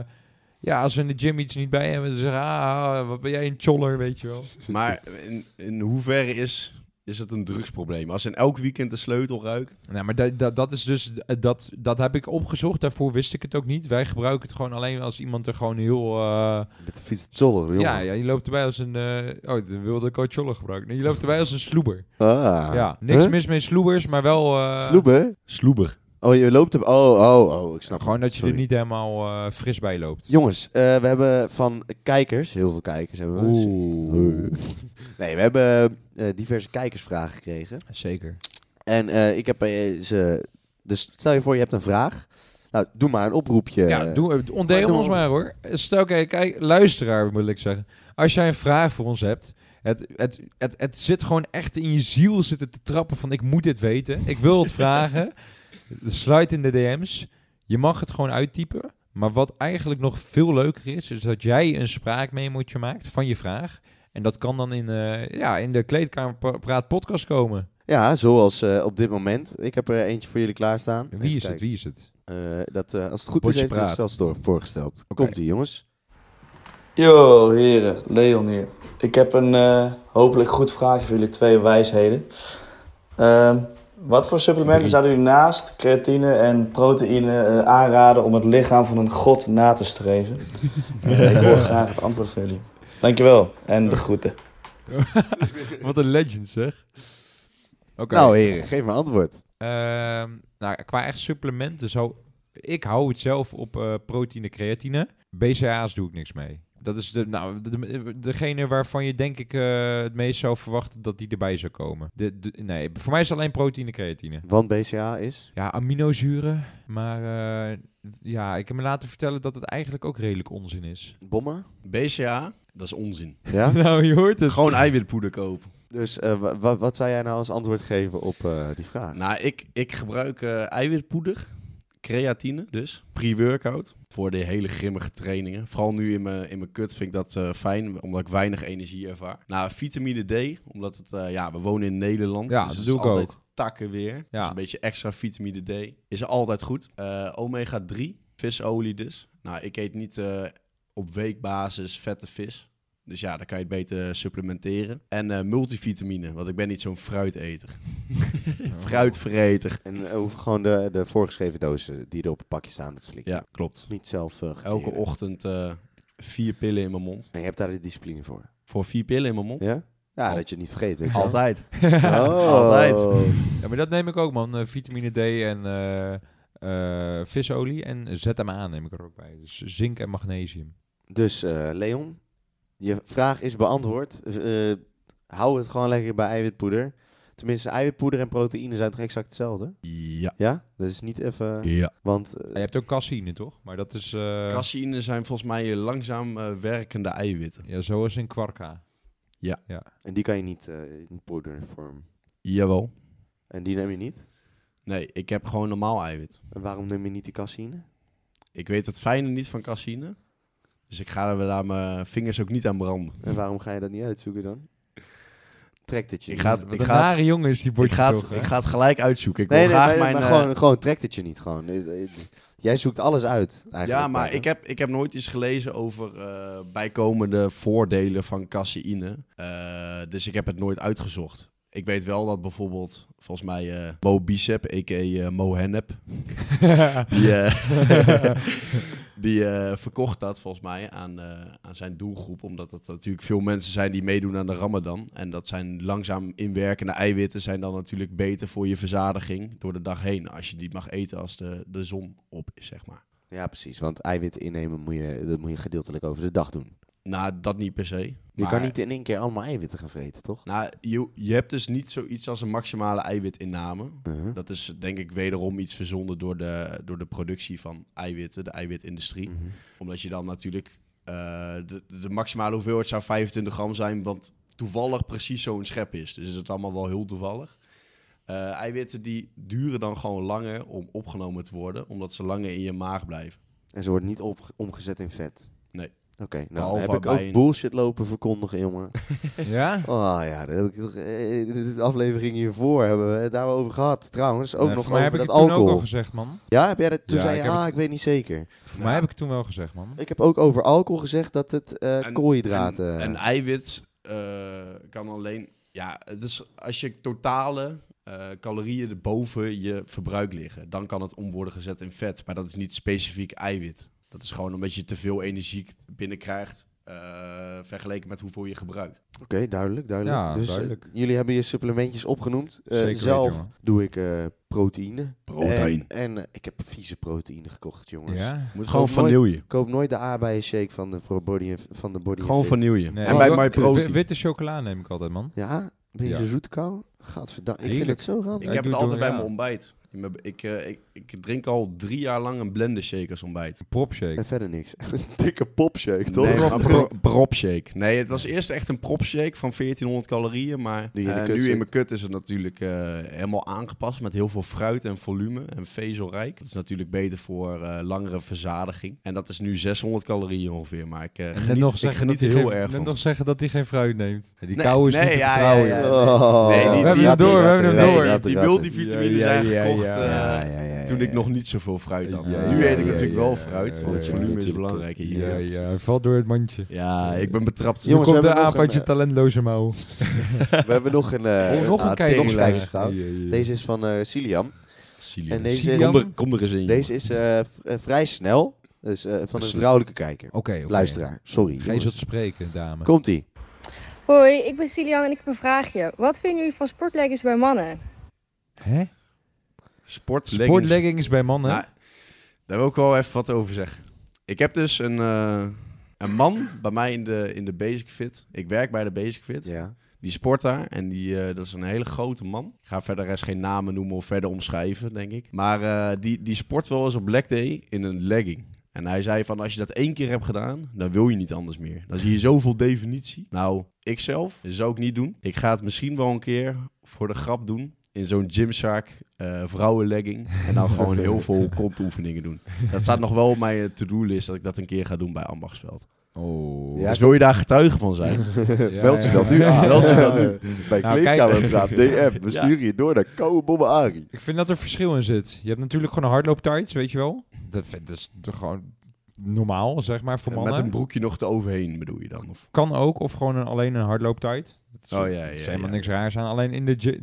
[SPEAKER 3] ja, als we in de gym iets niet bij hebben. Dan zeggen we, ah, wat ben jij een choller, weet je wel.
[SPEAKER 4] Maar in, in hoeverre is, is het een drugsprobleem? Als ze in elk weekend de sleutel ruiken?
[SPEAKER 3] Nou, maar dat, dat, dat is dus... eh, Dat, dat heb ik opgezocht. Daarvoor wist ik het ook niet. Wij gebruiken het gewoon alleen als iemand er gewoon heel... eh,
[SPEAKER 1] Met de fiets Tjoller, jongen.
[SPEAKER 3] ja, ja, je loopt erbij als een... eh, oh, dan wilde ik al choller gebruiken. Nee, je loopt erbij als een sloeber.
[SPEAKER 1] Ah.
[SPEAKER 3] Ja, niks
[SPEAKER 1] Huh?
[SPEAKER 3] mis met sloebers, maar wel... eh,
[SPEAKER 1] Sloeben?
[SPEAKER 4] Sloeber.
[SPEAKER 1] Oh, je loopt op... Oh, oh, oh, ik snap
[SPEAKER 3] Gewoon dat je
[SPEAKER 1] Sorry.
[SPEAKER 3] er niet helemaal eh, fris bij loopt.
[SPEAKER 1] Jongens, eh, we hebben van kijkers, heel veel kijkers hebben we.
[SPEAKER 3] Oeh.
[SPEAKER 1] Nee, we hebben eh, diverse kijkersvragen gekregen.
[SPEAKER 3] Zeker.
[SPEAKER 1] En eh, ik heb eh, ze. Dus stel je voor, je hebt een vraag. Nou, doe maar een oproepje.
[SPEAKER 3] Ja,
[SPEAKER 1] eh,
[SPEAKER 3] doe, eh,
[SPEAKER 1] maar
[SPEAKER 3] ontdem
[SPEAKER 1] doe
[SPEAKER 3] ons
[SPEAKER 1] maar.
[SPEAKER 3] maar hoor. Stel, kijk, eh, kijk, luisteraar moet ik zeggen. Als jij een vraag voor ons hebt, het, het, het, het zit gewoon echt in je ziel zitten te trappen van ik moet dit weten, ik wil het vragen. Sluit in de DM's. Je mag het gewoon uittypen. Maar wat eigenlijk nog veel leuker is, is dat jij een spraakmemootje maakt van je vraag. En dat kan dan in, eh, ja, in de Kleedkamer Pra- Praat podcast komen.
[SPEAKER 1] Ja, zoals eh, op dit moment. Ik heb er eentje voor jullie klaarstaan.
[SPEAKER 3] Wie
[SPEAKER 1] Even
[SPEAKER 3] is het?
[SPEAKER 1] kijken.
[SPEAKER 3] Wie is het?
[SPEAKER 1] Eh, dat, eh, als het goed
[SPEAKER 4] Potje
[SPEAKER 1] is, heeft hij
[SPEAKER 4] praat.
[SPEAKER 1] zichzelf door- voorgesteld.
[SPEAKER 3] Oké.
[SPEAKER 1] Komt-ie, jongens.
[SPEAKER 6] Yo, heren, Leon hier. Ik heb een eh, hopelijk goed vraagje voor jullie twee wijsheden. Ehm, wat voor supplementen zouden jullie naast creatine en proteïne eh, aanraden om het lichaam van een god na te streven? Eh, ik hoor graag het antwoord van jullie. Dankjewel en de groeten.
[SPEAKER 3] Wat een legend zeg. Oké.
[SPEAKER 1] Nou, heren, geef maar antwoord.
[SPEAKER 3] Ehm, nou, qua echt supplementen zou... Ik hou het zelf op eh, proteïne, creatine. BCA's doe ik niks mee. Dat is de, nou, de- de- degene waarvan je denk ik eh, het meest zou verwachten dat die erbij zou komen. De, de- nee, voor mij is het alleen proteïne, creatine.
[SPEAKER 1] Want BCA is.
[SPEAKER 3] Ja, aminozuren. Maar eh, ja, ik heb me laten vertellen dat het eigenlijk ook redelijk onzin is.
[SPEAKER 1] Bommen?
[SPEAKER 4] BCA, dat is onzin.
[SPEAKER 1] Ja?
[SPEAKER 3] nou, je hoort het.
[SPEAKER 4] Gewoon eiwitpoeder kopen.
[SPEAKER 1] dus eh, wa- wa- wat zou jij nou als antwoord geven op eh, die vraag?
[SPEAKER 4] Nou, ik, ik gebruik eh, eiwitpoeder, creatine dus, pre-workout. Voor de hele grimmige trainingen. Vooral nu in mijn, in mijn kut vind ik dat eh, fijn, omdat ik weinig energie ervaar. Nou, vitamine D, omdat het, eh, ja, we wonen in Nederland.
[SPEAKER 3] Ja,
[SPEAKER 4] dus
[SPEAKER 3] dat
[SPEAKER 4] het
[SPEAKER 3] doe
[SPEAKER 4] is
[SPEAKER 3] ik
[SPEAKER 4] altijd takken weer.
[SPEAKER 3] Ja.
[SPEAKER 4] Dus een beetje extra vitamine D is altijd goed. Eh, omega 3, visolie dus. Nou, ik eet niet eh, op weekbasis vette vis. Dus ja, dan kan je het beter supplementeren. En eh, multivitamine, want ik ben niet zo'n fruiteter.
[SPEAKER 3] Oh.
[SPEAKER 4] Fruitvreter.
[SPEAKER 1] En eh, hoef gewoon de, de voorgeschreven dozen die er op het pakje staan, dat slikken.
[SPEAKER 4] Ja, klopt.
[SPEAKER 1] Niet zelf eh,
[SPEAKER 4] Elke
[SPEAKER 1] gecreëerd.
[SPEAKER 4] ochtend eh, vier pillen in mijn mond.
[SPEAKER 1] En je hebt daar de discipline voor.
[SPEAKER 4] Voor vier pillen in mijn mond?
[SPEAKER 1] Ja? Ja,
[SPEAKER 4] Al-
[SPEAKER 1] dat je het niet vergeet. Weet je wel.
[SPEAKER 4] Altijd.
[SPEAKER 1] Oh.
[SPEAKER 4] Altijd.
[SPEAKER 3] Ja, maar dat neem ik ook, man. Eh, vitamine D en eh, eh, visolie. En ZMA neem ik er ook bij. Dus zink en magnesium.
[SPEAKER 1] Dus eh, Leon, je vraag is beantwoord. Eh, eh, hou het gewoon lekker bij eiwitpoeder. Tenminste, eiwitpoeder en proteïne zijn toch exact hetzelfde?
[SPEAKER 4] Ja.
[SPEAKER 1] Ja? Dat is niet even...
[SPEAKER 4] ja.
[SPEAKER 1] Want eh,
[SPEAKER 3] Ja, je hebt ook caseïne, toch? Maar dat is... eh,
[SPEAKER 4] Caseïne zijn volgens mij langzaam eh, werkende eiwitten.
[SPEAKER 3] ja, zoals in kwarka.
[SPEAKER 1] en die kan je niet eh, in poedervorm.
[SPEAKER 4] Jawel.
[SPEAKER 1] En die neem je niet?
[SPEAKER 4] Nee, ik heb gewoon normaal eiwit.
[SPEAKER 1] En waarom neem je niet die caseïne?
[SPEAKER 4] Ik weet het fijne niet van caseïne. Dus ik ga er wel aan mijn vingers ook niet aan branden.
[SPEAKER 1] En waarom ga je dat niet uitzoeken dan? trekt het je
[SPEAKER 4] Ik
[SPEAKER 1] niet.
[SPEAKER 4] ga het-
[SPEAKER 3] Wat
[SPEAKER 4] ik
[SPEAKER 3] een
[SPEAKER 4] ga
[SPEAKER 3] nare jongen is die
[SPEAKER 4] Ik
[SPEAKER 3] bordje
[SPEAKER 4] ga, het,
[SPEAKER 3] toch, hè?
[SPEAKER 4] ik ga het gelijk uitzoeken. Ik
[SPEAKER 1] Nee,
[SPEAKER 4] wil
[SPEAKER 1] nee,
[SPEAKER 4] graag
[SPEAKER 1] maar,
[SPEAKER 4] mijn...
[SPEAKER 1] maar
[SPEAKER 4] eh,
[SPEAKER 1] gewoon, gewoon trekt het je niet. Gewoon. Eh, eh, Jij zoekt alles uit. Eigenlijk
[SPEAKER 4] ja, maar
[SPEAKER 1] bijna.
[SPEAKER 4] ik heb, ik heb nooit iets gelezen over eh, bijkomende voordelen van caseïne. Eh, dus ik heb het nooit uitgezocht. Ik weet wel dat bijvoorbeeld, volgens mij, eh Mo Bicep, a.k.a. eh, Mo Hennep, die, eh, die eh, verkocht dat volgens mij aan, eh, aan zijn doelgroep. Omdat dat natuurlijk veel mensen zijn die meedoen aan de ramadan. En dat zijn langzaam inwerkende eiwitten zijn dan natuurlijk beter voor je verzadiging door de dag heen. Als je die mag eten als de, de zon op is, zeg maar.
[SPEAKER 1] Ja, precies. Want eiwit innemen moet je, dat moet je gedeeltelijk over de dag doen.
[SPEAKER 4] Nou, dat niet per se.
[SPEAKER 1] Je kan niet in één keer allemaal eiwitten gaan vreten, toch?
[SPEAKER 4] Nou, je, je hebt dus niet zoiets als een maximale eiwitinname.
[SPEAKER 1] Mhm.
[SPEAKER 4] Dat is denk ik wederom iets verzonnen door de, door de productie van eiwitten, de eiwitindustrie.
[SPEAKER 1] Mhm.
[SPEAKER 4] Omdat je dan natuurlijk... eh, de, de maximale hoeveelheid zou 25 gram zijn, want toevallig precies zo'n schep is. Dus is het allemaal wel heel toevallig. Eh, eiwitten die duren dan gewoon langer om opgenomen te worden, omdat ze langer in je maag blijven.
[SPEAKER 1] En ze wordt niet op, omgezet in vet.
[SPEAKER 4] Nee.
[SPEAKER 1] Oké, nou
[SPEAKER 4] Behalve
[SPEAKER 1] heb ik
[SPEAKER 4] bij
[SPEAKER 1] ook
[SPEAKER 4] een-
[SPEAKER 1] bullshit lopen verkondigen, jongen.
[SPEAKER 3] Ja?
[SPEAKER 1] Oh ja, daar heb ik toch... eh, de de aflevering hiervoor hebben we het daarover gehad. Trouwens, ook
[SPEAKER 3] Nee,
[SPEAKER 1] nog
[SPEAKER 3] Eh, voor mij
[SPEAKER 1] over
[SPEAKER 3] heb ik
[SPEAKER 1] dat
[SPEAKER 3] het toen ook
[SPEAKER 1] alcohol.
[SPEAKER 3] al gezegd, man.
[SPEAKER 1] ja, heb jij dat... Toen
[SPEAKER 3] Ja,
[SPEAKER 1] zei
[SPEAKER 3] ik
[SPEAKER 1] je,
[SPEAKER 3] heb
[SPEAKER 1] ah,
[SPEAKER 3] het-
[SPEAKER 1] ik weet niet zeker.
[SPEAKER 3] Voor mij heb ik het toen wel gezegd, man.
[SPEAKER 4] Eh,
[SPEAKER 1] Ik heb ook over alcohol gezegd dat het eh,
[SPEAKER 4] En-
[SPEAKER 1] koolhydraten...
[SPEAKER 4] En, en eiwit eh, kan alleen. Ja, dus als je totale eh, calorieën erboven je verbruik liggen, dan kan het om worden gezet in vet. Maar dat is niet specifiek eiwit. Dat is gewoon omdat je te veel energie binnenkrijgt. eh, vergeleken met hoeveel je gebruikt.
[SPEAKER 1] Oké, duidelijk, duidelijk.
[SPEAKER 3] Ja,
[SPEAKER 1] dus eh,
[SPEAKER 3] duidelijk.
[SPEAKER 1] jullie hebben je supplementjes opgenoemd. Eh,
[SPEAKER 3] Zeker weten,
[SPEAKER 1] zelf
[SPEAKER 3] jongen.
[SPEAKER 1] doe ik eh, proteïne.
[SPEAKER 4] Proteïne.
[SPEAKER 1] En, en, eh, ik heb vieze proteïne gekocht, jongens.
[SPEAKER 3] Ja?
[SPEAKER 1] gewoon
[SPEAKER 4] Moet gewoon vanille.
[SPEAKER 1] Ik koop nooit de aardbeien shake van de pro- body, van de body
[SPEAKER 4] Gewoon
[SPEAKER 1] Fit.
[SPEAKER 4] vanille.
[SPEAKER 3] Nee,
[SPEAKER 4] en
[SPEAKER 3] want
[SPEAKER 4] bij
[SPEAKER 3] ook-
[SPEAKER 4] mijn
[SPEAKER 3] wi- Witte chocola neem ik altijd, man.
[SPEAKER 1] Ja, ben je
[SPEAKER 3] Ja.
[SPEAKER 1] zo zoetkou? Gadverdamme, ik vind
[SPEAKER 3] Heerlijk.
[SPEAKER 1] het zo raar.
[SPEAKER 4] Ik
[SPEAKER 3] Ja,
[SPEAKER 4] heb
[SPEAKER 3] doe-
[SPEAKER 4] het altijd
[SPEAKER 3] doe-
[SPEAKER 4] bij
[SPEAKER 3] ja.
[SPEAKER 4] mijn ontbijt. Ik, ben- ik, eh, ik, ik drink al drie jaar lang een blender shake als ontbijt.
[SPEAKER 3] Propshake.
[SPEAKER 1] En verder niks.
[SPEAKER 4] Oh,
[SPEAKER 1] Dikke popshake, toch?
[SPEAKER 4] Nee,
[SPEAKER 1] Rob?
[SPEAKER 4] maar pro- propshake. Nee, het was eerst echt een propshake van 1400 calorieën. Maar
[SPEAKER 1] Die in de
[SPEAKER 4] eh,
[SPEAKER 1] kut
[SPEAKER 4] nu
[SPEAKER 1] zit.
[SPEAKER 4] in mijn kut is het natuurlijk eh, helemaal aangepast. Met heel veel fruit en volume en vezelrijk. Dat is natuurlijk beter voor eh, langere verzadiging. En dat is nu 600 calorieën ongeveer. Maar ik eh,
[SPEAKER 3] En
[SPEAKER 4] geniet, ik geniet er
[SPEAKER 3] hij
[SPEAKER 4] heel
[SPEAKER 3] geen-
[SPEAKER 4] erg
[SPEAKER 3] net
[SPEAKER 4] van.
[SPEAKER 3] nog zeggen dat hij geen fruit neemt. Ja, Die
[SPEAKER 4] Nee,
[SPEAKER 3] kou is
[SPEAKER 4] nee,
[SPEAKER 3] niet te
[SPEAKER 4] ja,
[SPEAKER 3] vertrouwen.
[SPEAKER 4] ja, ja.
[SPEAKER 3] joh.
[SPEAKER 1] Oh,
[SPEAKER 4] Nee, die- We hebben hem
[SPEAKER 1] ratten,
[SPEAKER 3] door, we
[SPEAKER 1] ratten,
[SPEAKER 3] hebben hem
[SPEAKER 1] ratten,
[SPEAKER 3] door.
[SPEAKER 1] ratten,
[SPEAKER 4] die
[SPEAKER 1] ratten.
[SPEAKER 4] multivitamines
[SPEAKER 3] Ja,
[SPEAKER 4] zijn
[SPEAKER 3] ja, ja, ja.
[SPEAKER 4] gekocht eh,
[SPEAKER 1] Ja, ja, ja, ja,
[SPEAKER 4] toen ik
[SPEAKER 1] ja.
[SPEAKER 4] nog niet zoveel fruit had.
[SPEAKER 3] Ja,
[SPEAKER 4] nu
[SPEAKER 3] ja,
[SPEAKER 4] eet ik
[SPEAKER 3] ja,
[SPEAKER 4] natuurlijk
[SPEAKER 3] ja,
[SPEAKER 4] wel
[SPEAKER 3] ja,
[SPEAKER 4] fruit,
[SPEAKER 3] ja,
[SPEAKER 4] want het
[SPEAKER 3] ja,
[SPEAKER 4] volume is
[SPEAKER 1] natuurlijk.
[SPEAKER 4] belangrijk in je
[SPEAKER 3] Ja,
[SPEAKER 4] kut.
[SPEAKER 3] ja, hij valt door het mandje.
[SPEAKER 4] Ja, ik ben betrapt.
[SPEAKER 1] Jongens,
[SPEAKER 3] Jongens, komt
[SPEAKER 1] we
[SPEAKER 3] de
[SPEAKER 1] hebben nog
[SPEAKER 3] aap uit
[SPEAKER 1] een,
[SPEAKER 3] je talentloze mouw.
[SPEAKER 1] We hebben nog een... eh,
[SPEAKER 3] oh, nog
[SPEAKER 1] ah,
[SPEAKER 3] een kijker.
[SPEAKER 1] Nog een
[SPEAKER 3] Ja,
[SPEAKER 1] kijkersvrouw.
[SPEAKER 3] ja, ja.
[SPEAKER 1] Deze is van eh Cilian.
[SPEAKER 4] Silio.
[SPEAKER 1] En deze,
[SPEAKER 3] Cilian?
[SPEAKER 4] Kom er, kom er eens in.
[SPEAKER 1] deze is eh, v- eh, vrij snel. Dus eh, van een vrouwelijke kijker.
[SPEAKER 4] Oh,
[SPEAKER 3] Oké, oké.
[SPEAKER 1] Luisteraar, sorry.
[SPEAKER 3] Gij zult
[SPEAKER 1] jongens.
[SPEAKER 3] spreken, dame.
[SPEAKER 1] Komt-ie.
[SPEAKER 7] Hoi, ik ben Silian en ik heb een vraagje. Wat vinden jullie van sportleggings bij mannen?
[SPEAKER 3] Hè?
[SPEAKER 4] Sport, leggings,
[SPEAKER 3] Sportleggings bij mannen.
[SPEAKER 4] Nou, daar wil ik wel even wat over zeggen. Ik heb dus een, eh, een man bij mij in de, in de Basic Fit. Ik werk bij de Basic Fit.
[SPEAKER 1] Ja.
[SPEAKER 4] Die sport daar en die, eh, dat is een hele grote man. Ik ga verder eens geen namen noemen of verder omschrijven, denk ik. Maar eh, die, die sport wel eens op leg day in een legging. En hij zei van, als je dat één keer hebt gedaan, dan wil je niet anders meer. Dan zie je zoveel definitie. Nou, ik zelf zou ik niet doen. Ik ga het misschien wel een keer voor de grap doen. In zo'n Gymshark eh vrouwenlegging. En dan gewoon heel veel kontoefeningen doen. Dat staat nog wel op mijn eh, to-do-list dat ik dat een keer ga doen bij Ambachtsveld.
[SPEAKER 3] Oh.
[SPEAKER 1] Ja,
[SPEAKER 4] dus wil je daar getuige van zijn?
[SPEAKER 3] Ja,
[SPEAKER 1] Meld je
[SPEAKER 3] ja,
[SPEAKER 1] dan
[SPEAKER 3] ja.
[SPEAKER 1] nu aan.
[SPEAKER 4] Meld je dan
[SPEAKER 1] Bij
[SPEAKER 3] Nou,
[SPEAKER 1] kleedkamerpraat, DM. We
[SPEAKER 4] Ja.
[SPEAKER 1] sturen je door naar Koude Bobbe Ari.
[SPEAKER 3] Ik vind dat er verschil in zit. Je hebt natuurlijk gewoon een hardlooptights, weet je wel. Dat, vind, dat is toch gewoon normaal, zeg maar, voor mannen.
[SPEAKER 4] Met een broekje nog eroverheen bedoel je dan? Of?
[SPEAKER 3] Kan ook, of gewoon een, alleen een hardlooptight. Dat is,
[SPEAKER 4] Oh, ja,
[SPEAKER 3] dat is
[SPEAKER 4] ja,
[SPEAKER 3] helemaal
[SPEAKER 4] ja.
[SPEAKER 3] niks raars aan. Alleen in de... gy-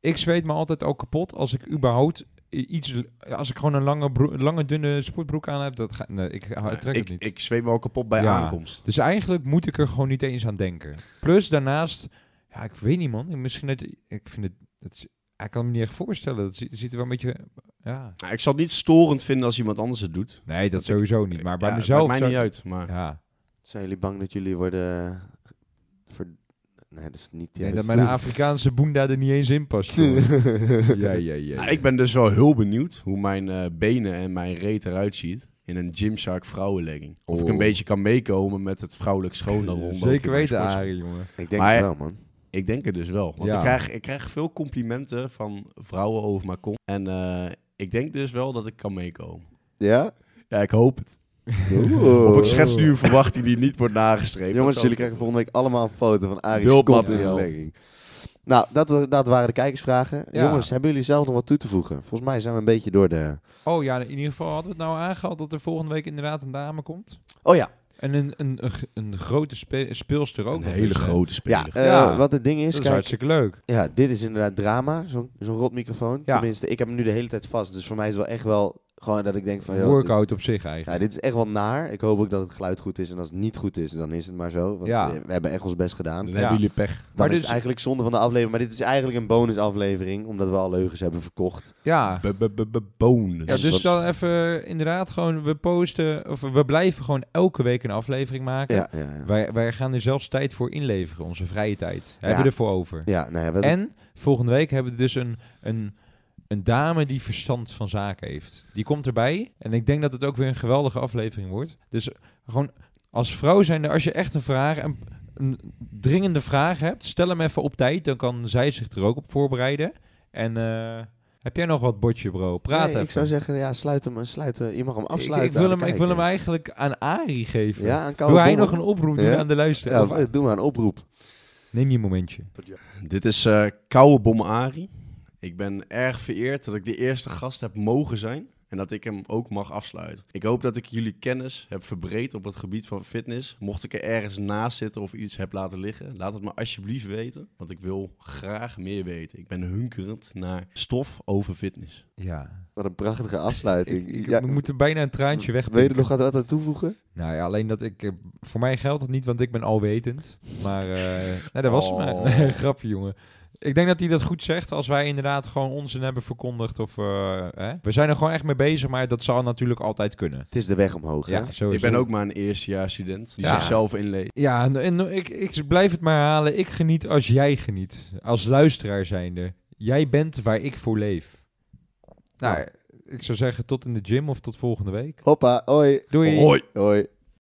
[SPEAKER 3] Ik zweet me altijd al kapot als ik überhaupt i- iets... Als ik gewoon een lange, broe- lange dunne sportbroek aan heb, dat ga, nee, Ah, ik hou-
[SPEAKER 4] Nou,
[SPEAKER 3] trek
[SPEAKER 4] ik,
[SPEAKER 3] het niet.
[SPEAKER 4] Ik zweet me al kapot bij
[SPEAKER 3] Ja.
[SPEAKER 4] aankomst.
[SPEAKER 3] Dus eigenlijk moet ik er gewoon niet eens aan denken. Plus daarnaast, ja, ik weet niet man. Misschien dat ik vind het, het is- ik kan me niet echt voorstellen. Dat zie- ziet er wel een beetje, ja.
[SPEAKER 4] Nou, ik zal het niet storend vinden als iemand anders het doet.
[SPEAKER 3] Nee, dat sowieso niet. Maar bij
[SPEAKER 4] Ja,
[SPEAKER 3] mezelf,
[SPEAKER 4] Maakt
[SPEAKER 3] zou-
[SPEAKER 4] mij niet uit, maar...
[SPEAKER 3] ja,
[SPEAKER 1] Zijn jullie bang dat jullie worden... eh, ver- Nee, dat is niet... ja,
[SPEAKER 3] Nee,
[SPEAKER 1] dat
[SPEAKER 3] dat
[SPEAKER 1] is
[SPEAKER 3] mijn
[SPEAKER 1] niet-
[SPEAKER 3] Afrikaanse boenda er niet eens in past. jongen. ja, ja, ja.
[SPEAKER 4] Nou, ik ben dus wel heel benieuwd hoe mijn eh, benen en mijn reet eruit ziet in een Gymshark vrouwenlegging. Of ik
[SPEAKER 3] Oh.
[SPEAKER 4] een beetje kan meekomen met het vrouwelijk schoon dat rondloopt in
[SPEAKER 3] Zeker
[SPEAKER 4] mijn
[SPEAKER 3] weten,
[SPEAKER 4] sports-
[SPEAKER 3] Arie, jongen.
[SPEAKER 1] Ik denk
[SPEAKER 4] Maar-
[SPEAKER 1] het wel, man.
[SPEAKER 4] Ik denk het dus wel. Want
[SPEAKER 3] Ja.
[SPEAKER 4] ik, krijg, ik krijg veel complimenten van vrouwen over mijn kont. En eh, ik denk dus wel dat ik kan meekomen.
[SPEAKER 1] Ja?
[SPEAKER 4] Ja, ik hoop het. Of ik
[SPEAKER 3] Oh.
[SPEAKER 4] schets nu een verwachting die niet wordt nagestreefd.
[SPEAKER 1] Jongens,
[SPEAKER 4] Dat zou-
[SPEAKER 1] jullie krijgen volgende week allemaal een foto van Arie
[SPEAKER 4] Beeldmateriaal.
[SPEAKER 1] Scott in de legging. Nou, dat, wa- dat waren de kijkersvragen.
[SPEAKER 3] Ja.
[SPEAKER 1] Jongens, hebben jullie zelf nog wat toe te voegen? Volgens mij zijn we een beetje door de...
[SPEAKER 3] Oh ja, in ieder geval hadden we het nou aangehaald dat er volgende week inderdaad een dame komt.
[SPEAKER 1] Oh ja,
[SPEAKER 3] En een, een, een, g- een grote spe- speelster ook.
[SPEAKER 4] Een
[SPEAKER 3] nog
[SPEAKER 4] hele
[SPEAKER 3] eens, hè.
[SPEAKER 4] grote speler.
[SPEAKER 1] ja, eh,
[SPEAKER 3] Ja.
[SPEAKER 1] wat het ding is,
[SPEAKER 3] Dat is
[SPEAKER 1] kijk,
[SPEAKER 3] hartstikke leuk.
[SPEAKER 1] ja, dit is inderdaad drama, zo'n zo'n rotmicrofoon.
[SPEAKER 3] Ja.
[SPEAKER 1] Tenminste, ik heb hem nu de hele tijd vast, dus voor mij is het wel echt wel gewoon dat ik denk van... joh,
[SPEAKER 3] Workout op zich eigenlijk.
[SPEAKER 1] Ja, dit is echt wel naar. Ik hoop ook dat het geluid goed is. En als het niet goed is, dan is het maar zo. Want
[SPEAKER 3] Ja.
[SPEAKER 1] eh, we hebben echt ons best gedaan.
[SPEAKER 4] Dan
[SPEAKER 1] Dan
[SPEAKER 3] Ja.
[SPEAKER 4] hebben jullie pech.
[SPEAKER 3] maar
[SPEAKER 1] is
[SPEAKER 3] dus-
[SPEAKER 1] het eigenlijk zonde van de aflevering. Maar dit is eigenlijk een bonusaflevering. Omdat we al leugens hebben verkocht.
[SPEAKER 3] Ja.
[SPEAKER 4] Bonus.
[SPEAKER 3] Ja, dus
[SPEAKER 1] dat-
[SPEAKER 3] dan even inderdaad gewoon, we posten, of we blijven gewoon elke week een aflevering maken.
[SPEAKER 1] Ja, ja, ja.
[SPEAKER 3] Wij, wij gaan er zelfs tijd voor inleveren, onze vrije tijd. Daar Hebben
[SPEAKER 1] Ja.
[SPEAKER 3] we ervoor over.
[SPEAKER 1] ja nou ja, we-
[SPEAKER 3] En volgende week hebben we dus een, een, een dame die verstand van zaken heeft. Die komt erbij en ik denk dat het ook weer een geweldige aflevering wordt. Dus gewoon als vrouw zijnde, als je echt een vraag, een, een dringende vraag hebt, stel hem even op tijd. Dan kan zij zich er ook op voorbereiden. En eh, heb jij nog wat botje, bro? Praat
[SPEAKER 1] Nee,
[SPEAKER 3] even.
[SPEAKER 1] ik zou zeggen, ja, sluit hem, sluit, hem- je mag hem afsluiten.
[SPEAKER 3] Ik, ik, wil,
[SPEAKER 1] aan de
[SPEAKER 3] hem, ik wil hem
[SPEAKER 1] kijker.
[SPEAKER 3] eigenlijk aan Ari geven.
[SPEAKER 1] Ja, aan Koude
[SPEAKER 3] Doe hij
[SPEAKER 1] Bommel.
[SPEAKER 3] nog een oproep doen
[SPEAKER 1] Ja?
[SPEAKER 3] aan de luisteraar?
[SPEAKER 1] Ja,
[SPEAKER 3] Of-
[SPEAKER 1] eh, doe maar een oproep.
[SPEAKER 3] neem je een momentje.
[SPEAKER 4] Dit is eh Koude Bom Ari. Ik ben erg vereerd dat ik de eerste gast heb mogen zijn en dat ik hem ook mag afsluiten. Ik hoop dat ik jullie kennis heb verbreed op het gebied van fitness. Mocht ik er ergens naast zitten of iets heb laten liggen, laat het me alsjeblieft weten, want ik wil graag meer weten. Ik ben hunkerend naar stof over fitness.
[SPEAKER 3] Ja.
[SPEAKER 1] Wat een prachtige afsluiting.
[SPEAKER 3] Ik, ik,
[SPEAKER 1] Ja,
[SPEAKER 3] We moeten bijna een traantje weg.
[SPEAKER 1] Wil je er nog wat wat aan toevoegen?
[SPEAKER 3] Nou ja, alleen dat ik... eh, Voor mij geldt het niet, want ik ben alwetend. Maar eh nee, dat was
[SPEAKER 1] Oh.
[SPEAKER 3] hem. Grapje, jongen. Ik denk dat hij dat goed zegt als wij inderdaad gewoon onzin hebben verkondigd. Of, eh, hè? We zijn er gewoon echt mee bezig, maar dat zal natuurlijk altijd kunnen.
[SPEAKER 1] Het is de weg omhoog. hè?
[SPEAKER 3] Ja, zo is
[SPEAKER 4] Ik ben
[SPEAKER 3] het.
[SPEAKER 4] ook maar een eerstejaarsstudent die
[SPEAKER 3] Ja.
[SPEAKER 4] zichzelf inleest.
[SPEAKER 3] Ja, en, en ik, ik blijf het maar herhalen. Ik geniet als jij geniet. Als luisteraar zijnde. Jij bent waar ik voor leef. Nou, ik zou zeggen tot in de gym of tot volgende week.
[SPEAKER 1] Hoppa, hoi.
[SPEAKER 3] Doei.
[SPEAKER 4] Hoi!
[SPEAKER 1] Hoi.